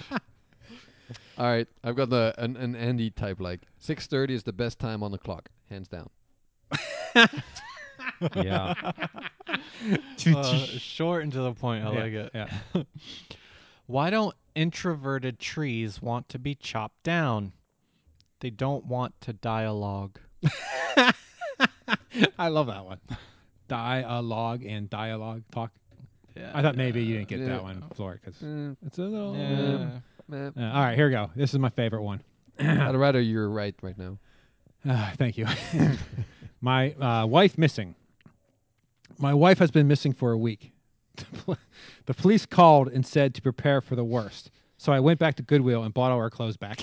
All right, I've got the an, an Andy type like 6:30 is the best time on the clock, hands down. *laughs* good. Yeah. Uh, short and to the point. I Yeah, like it. yeah. Why don't introverted trees want to be chopped down? They don't want to dialogue. I love that one. *laughs* Dialogue and dialogue talk. Yeah. I thought maybe you didn't get Yeah. that one, Floyd, because Mm, it's a little. Yeah. meh. Uh, all right, here we go. This is my favorite one. *sighs* I'd rather you're right right now. *laughs* Ah, thank you. *laughs* my uh, wife missing. My wife has been missing for a week. *laughs* The pol- The police called and said to prepare for the worst. So I went back to Goodwill and bought all our clothes back.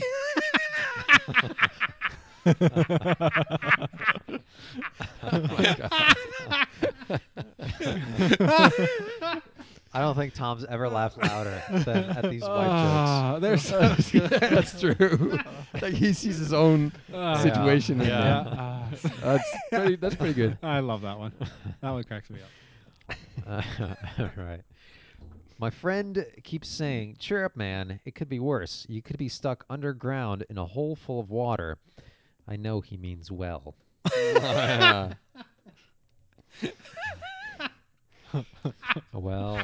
*laughs* I don't think Tom's ever laughed louder than at these wife jokes. *laughs* Ah, there's so *laughs* That's true. *laughs* like he sees his own Ah, situation. in yeah. there. Ah, That's pretty. That's pretty good. *laughs* I love that one. That one cracks me up. *laughs* right. My friend keeps saying, Cheer up, man. It could be worse. You could be stuck underground in a hole full of water. I know he *laughs* means well. *laughs* well,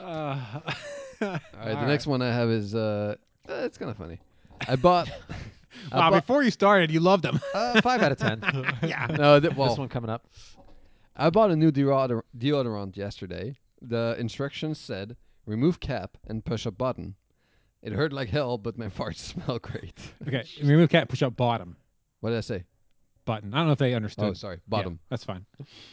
Ah. All right, the next one I have is uh, uh, it's kind of funny. I bought. I Wow, bought- before you started, you loved them. uh, five out of ten. yeah. no, th- well, This one coming up. I bought a new deodor- deodorant yesterday. The instructions said remove cap and push a button. It hurt like hell, but my *laughs* farts smell great. *laughs* *laughs* okay, remove cat, push up bottom What did I say? button. I don't know if they understood. Oh, sorry, bottom. Yeah, that's fine.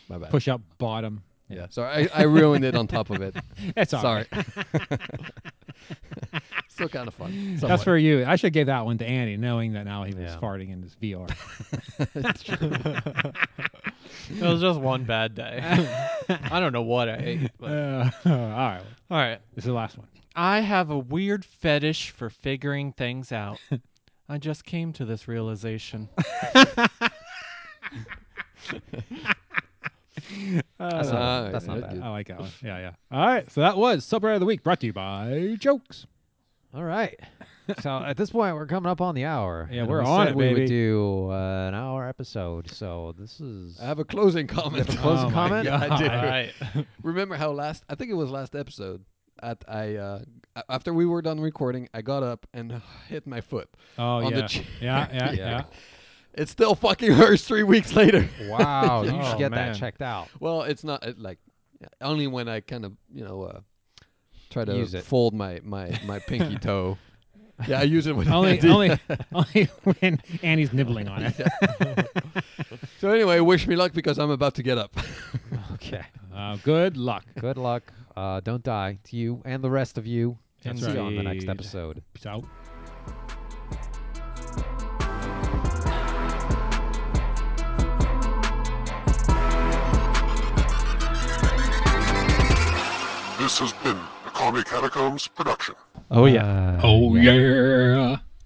My bad. Push up bottom. Yeah, sorry, I, I ruined it on top of it. That's all *laughs* sorry. right. *laughs* Still kind of fun. That's somewhat. for you. I should give that one to Andy, knowing that now he was Yeah. farting in his *laughs* VR. It was just one bad day. *laughs* I don't know what I ate. but- Uh, *laughs* all right. *laughs* All right. This is the last one. I have a weird fetish for figuring things out. I just came to this realization. That's not, Uh, bad. that's not yeah, bad. good. I like that one. Yeah, yeah. All right. So that was Subreddit of the Week brought to you by *laughs* Jokes. All right. So uh, at this point, we're coming up on the hour. Yeah, and we're we on said it, we baby. would do uh, an hour episode. So this is. I have a closing comment. closing Oh my comment? God. I do. All right. *laughs* Remember how last? I think it was last episode. At I uh, a- after we were done recording, I got up and *sighs* hit my foot. Oh, On the yeah. chair. *laughs* yeah. Yeah, yeah, *laughs* Yeah. It still fucking *laughs* hurts three weeks later. *laughs* *laughs* wow, you Oh, should get man. that checked out. *laughs* Well, it's not it, like only when I kind of you know uh, try to Use it. fold my my my pinky toe. Yeah, I use it when I Only, do- only, only *laughs* when Andy's nibbling on *laughs* it. So anyway, wish me luck because I'm about to get up. *laughs* Okay. Uh, good luck. Good luck. Uh, don't die to you and the rest of you. And That's see you on the next right. episode. So. This has been a Comedy Catacombs production. Oh, yeah. Oh, yeah.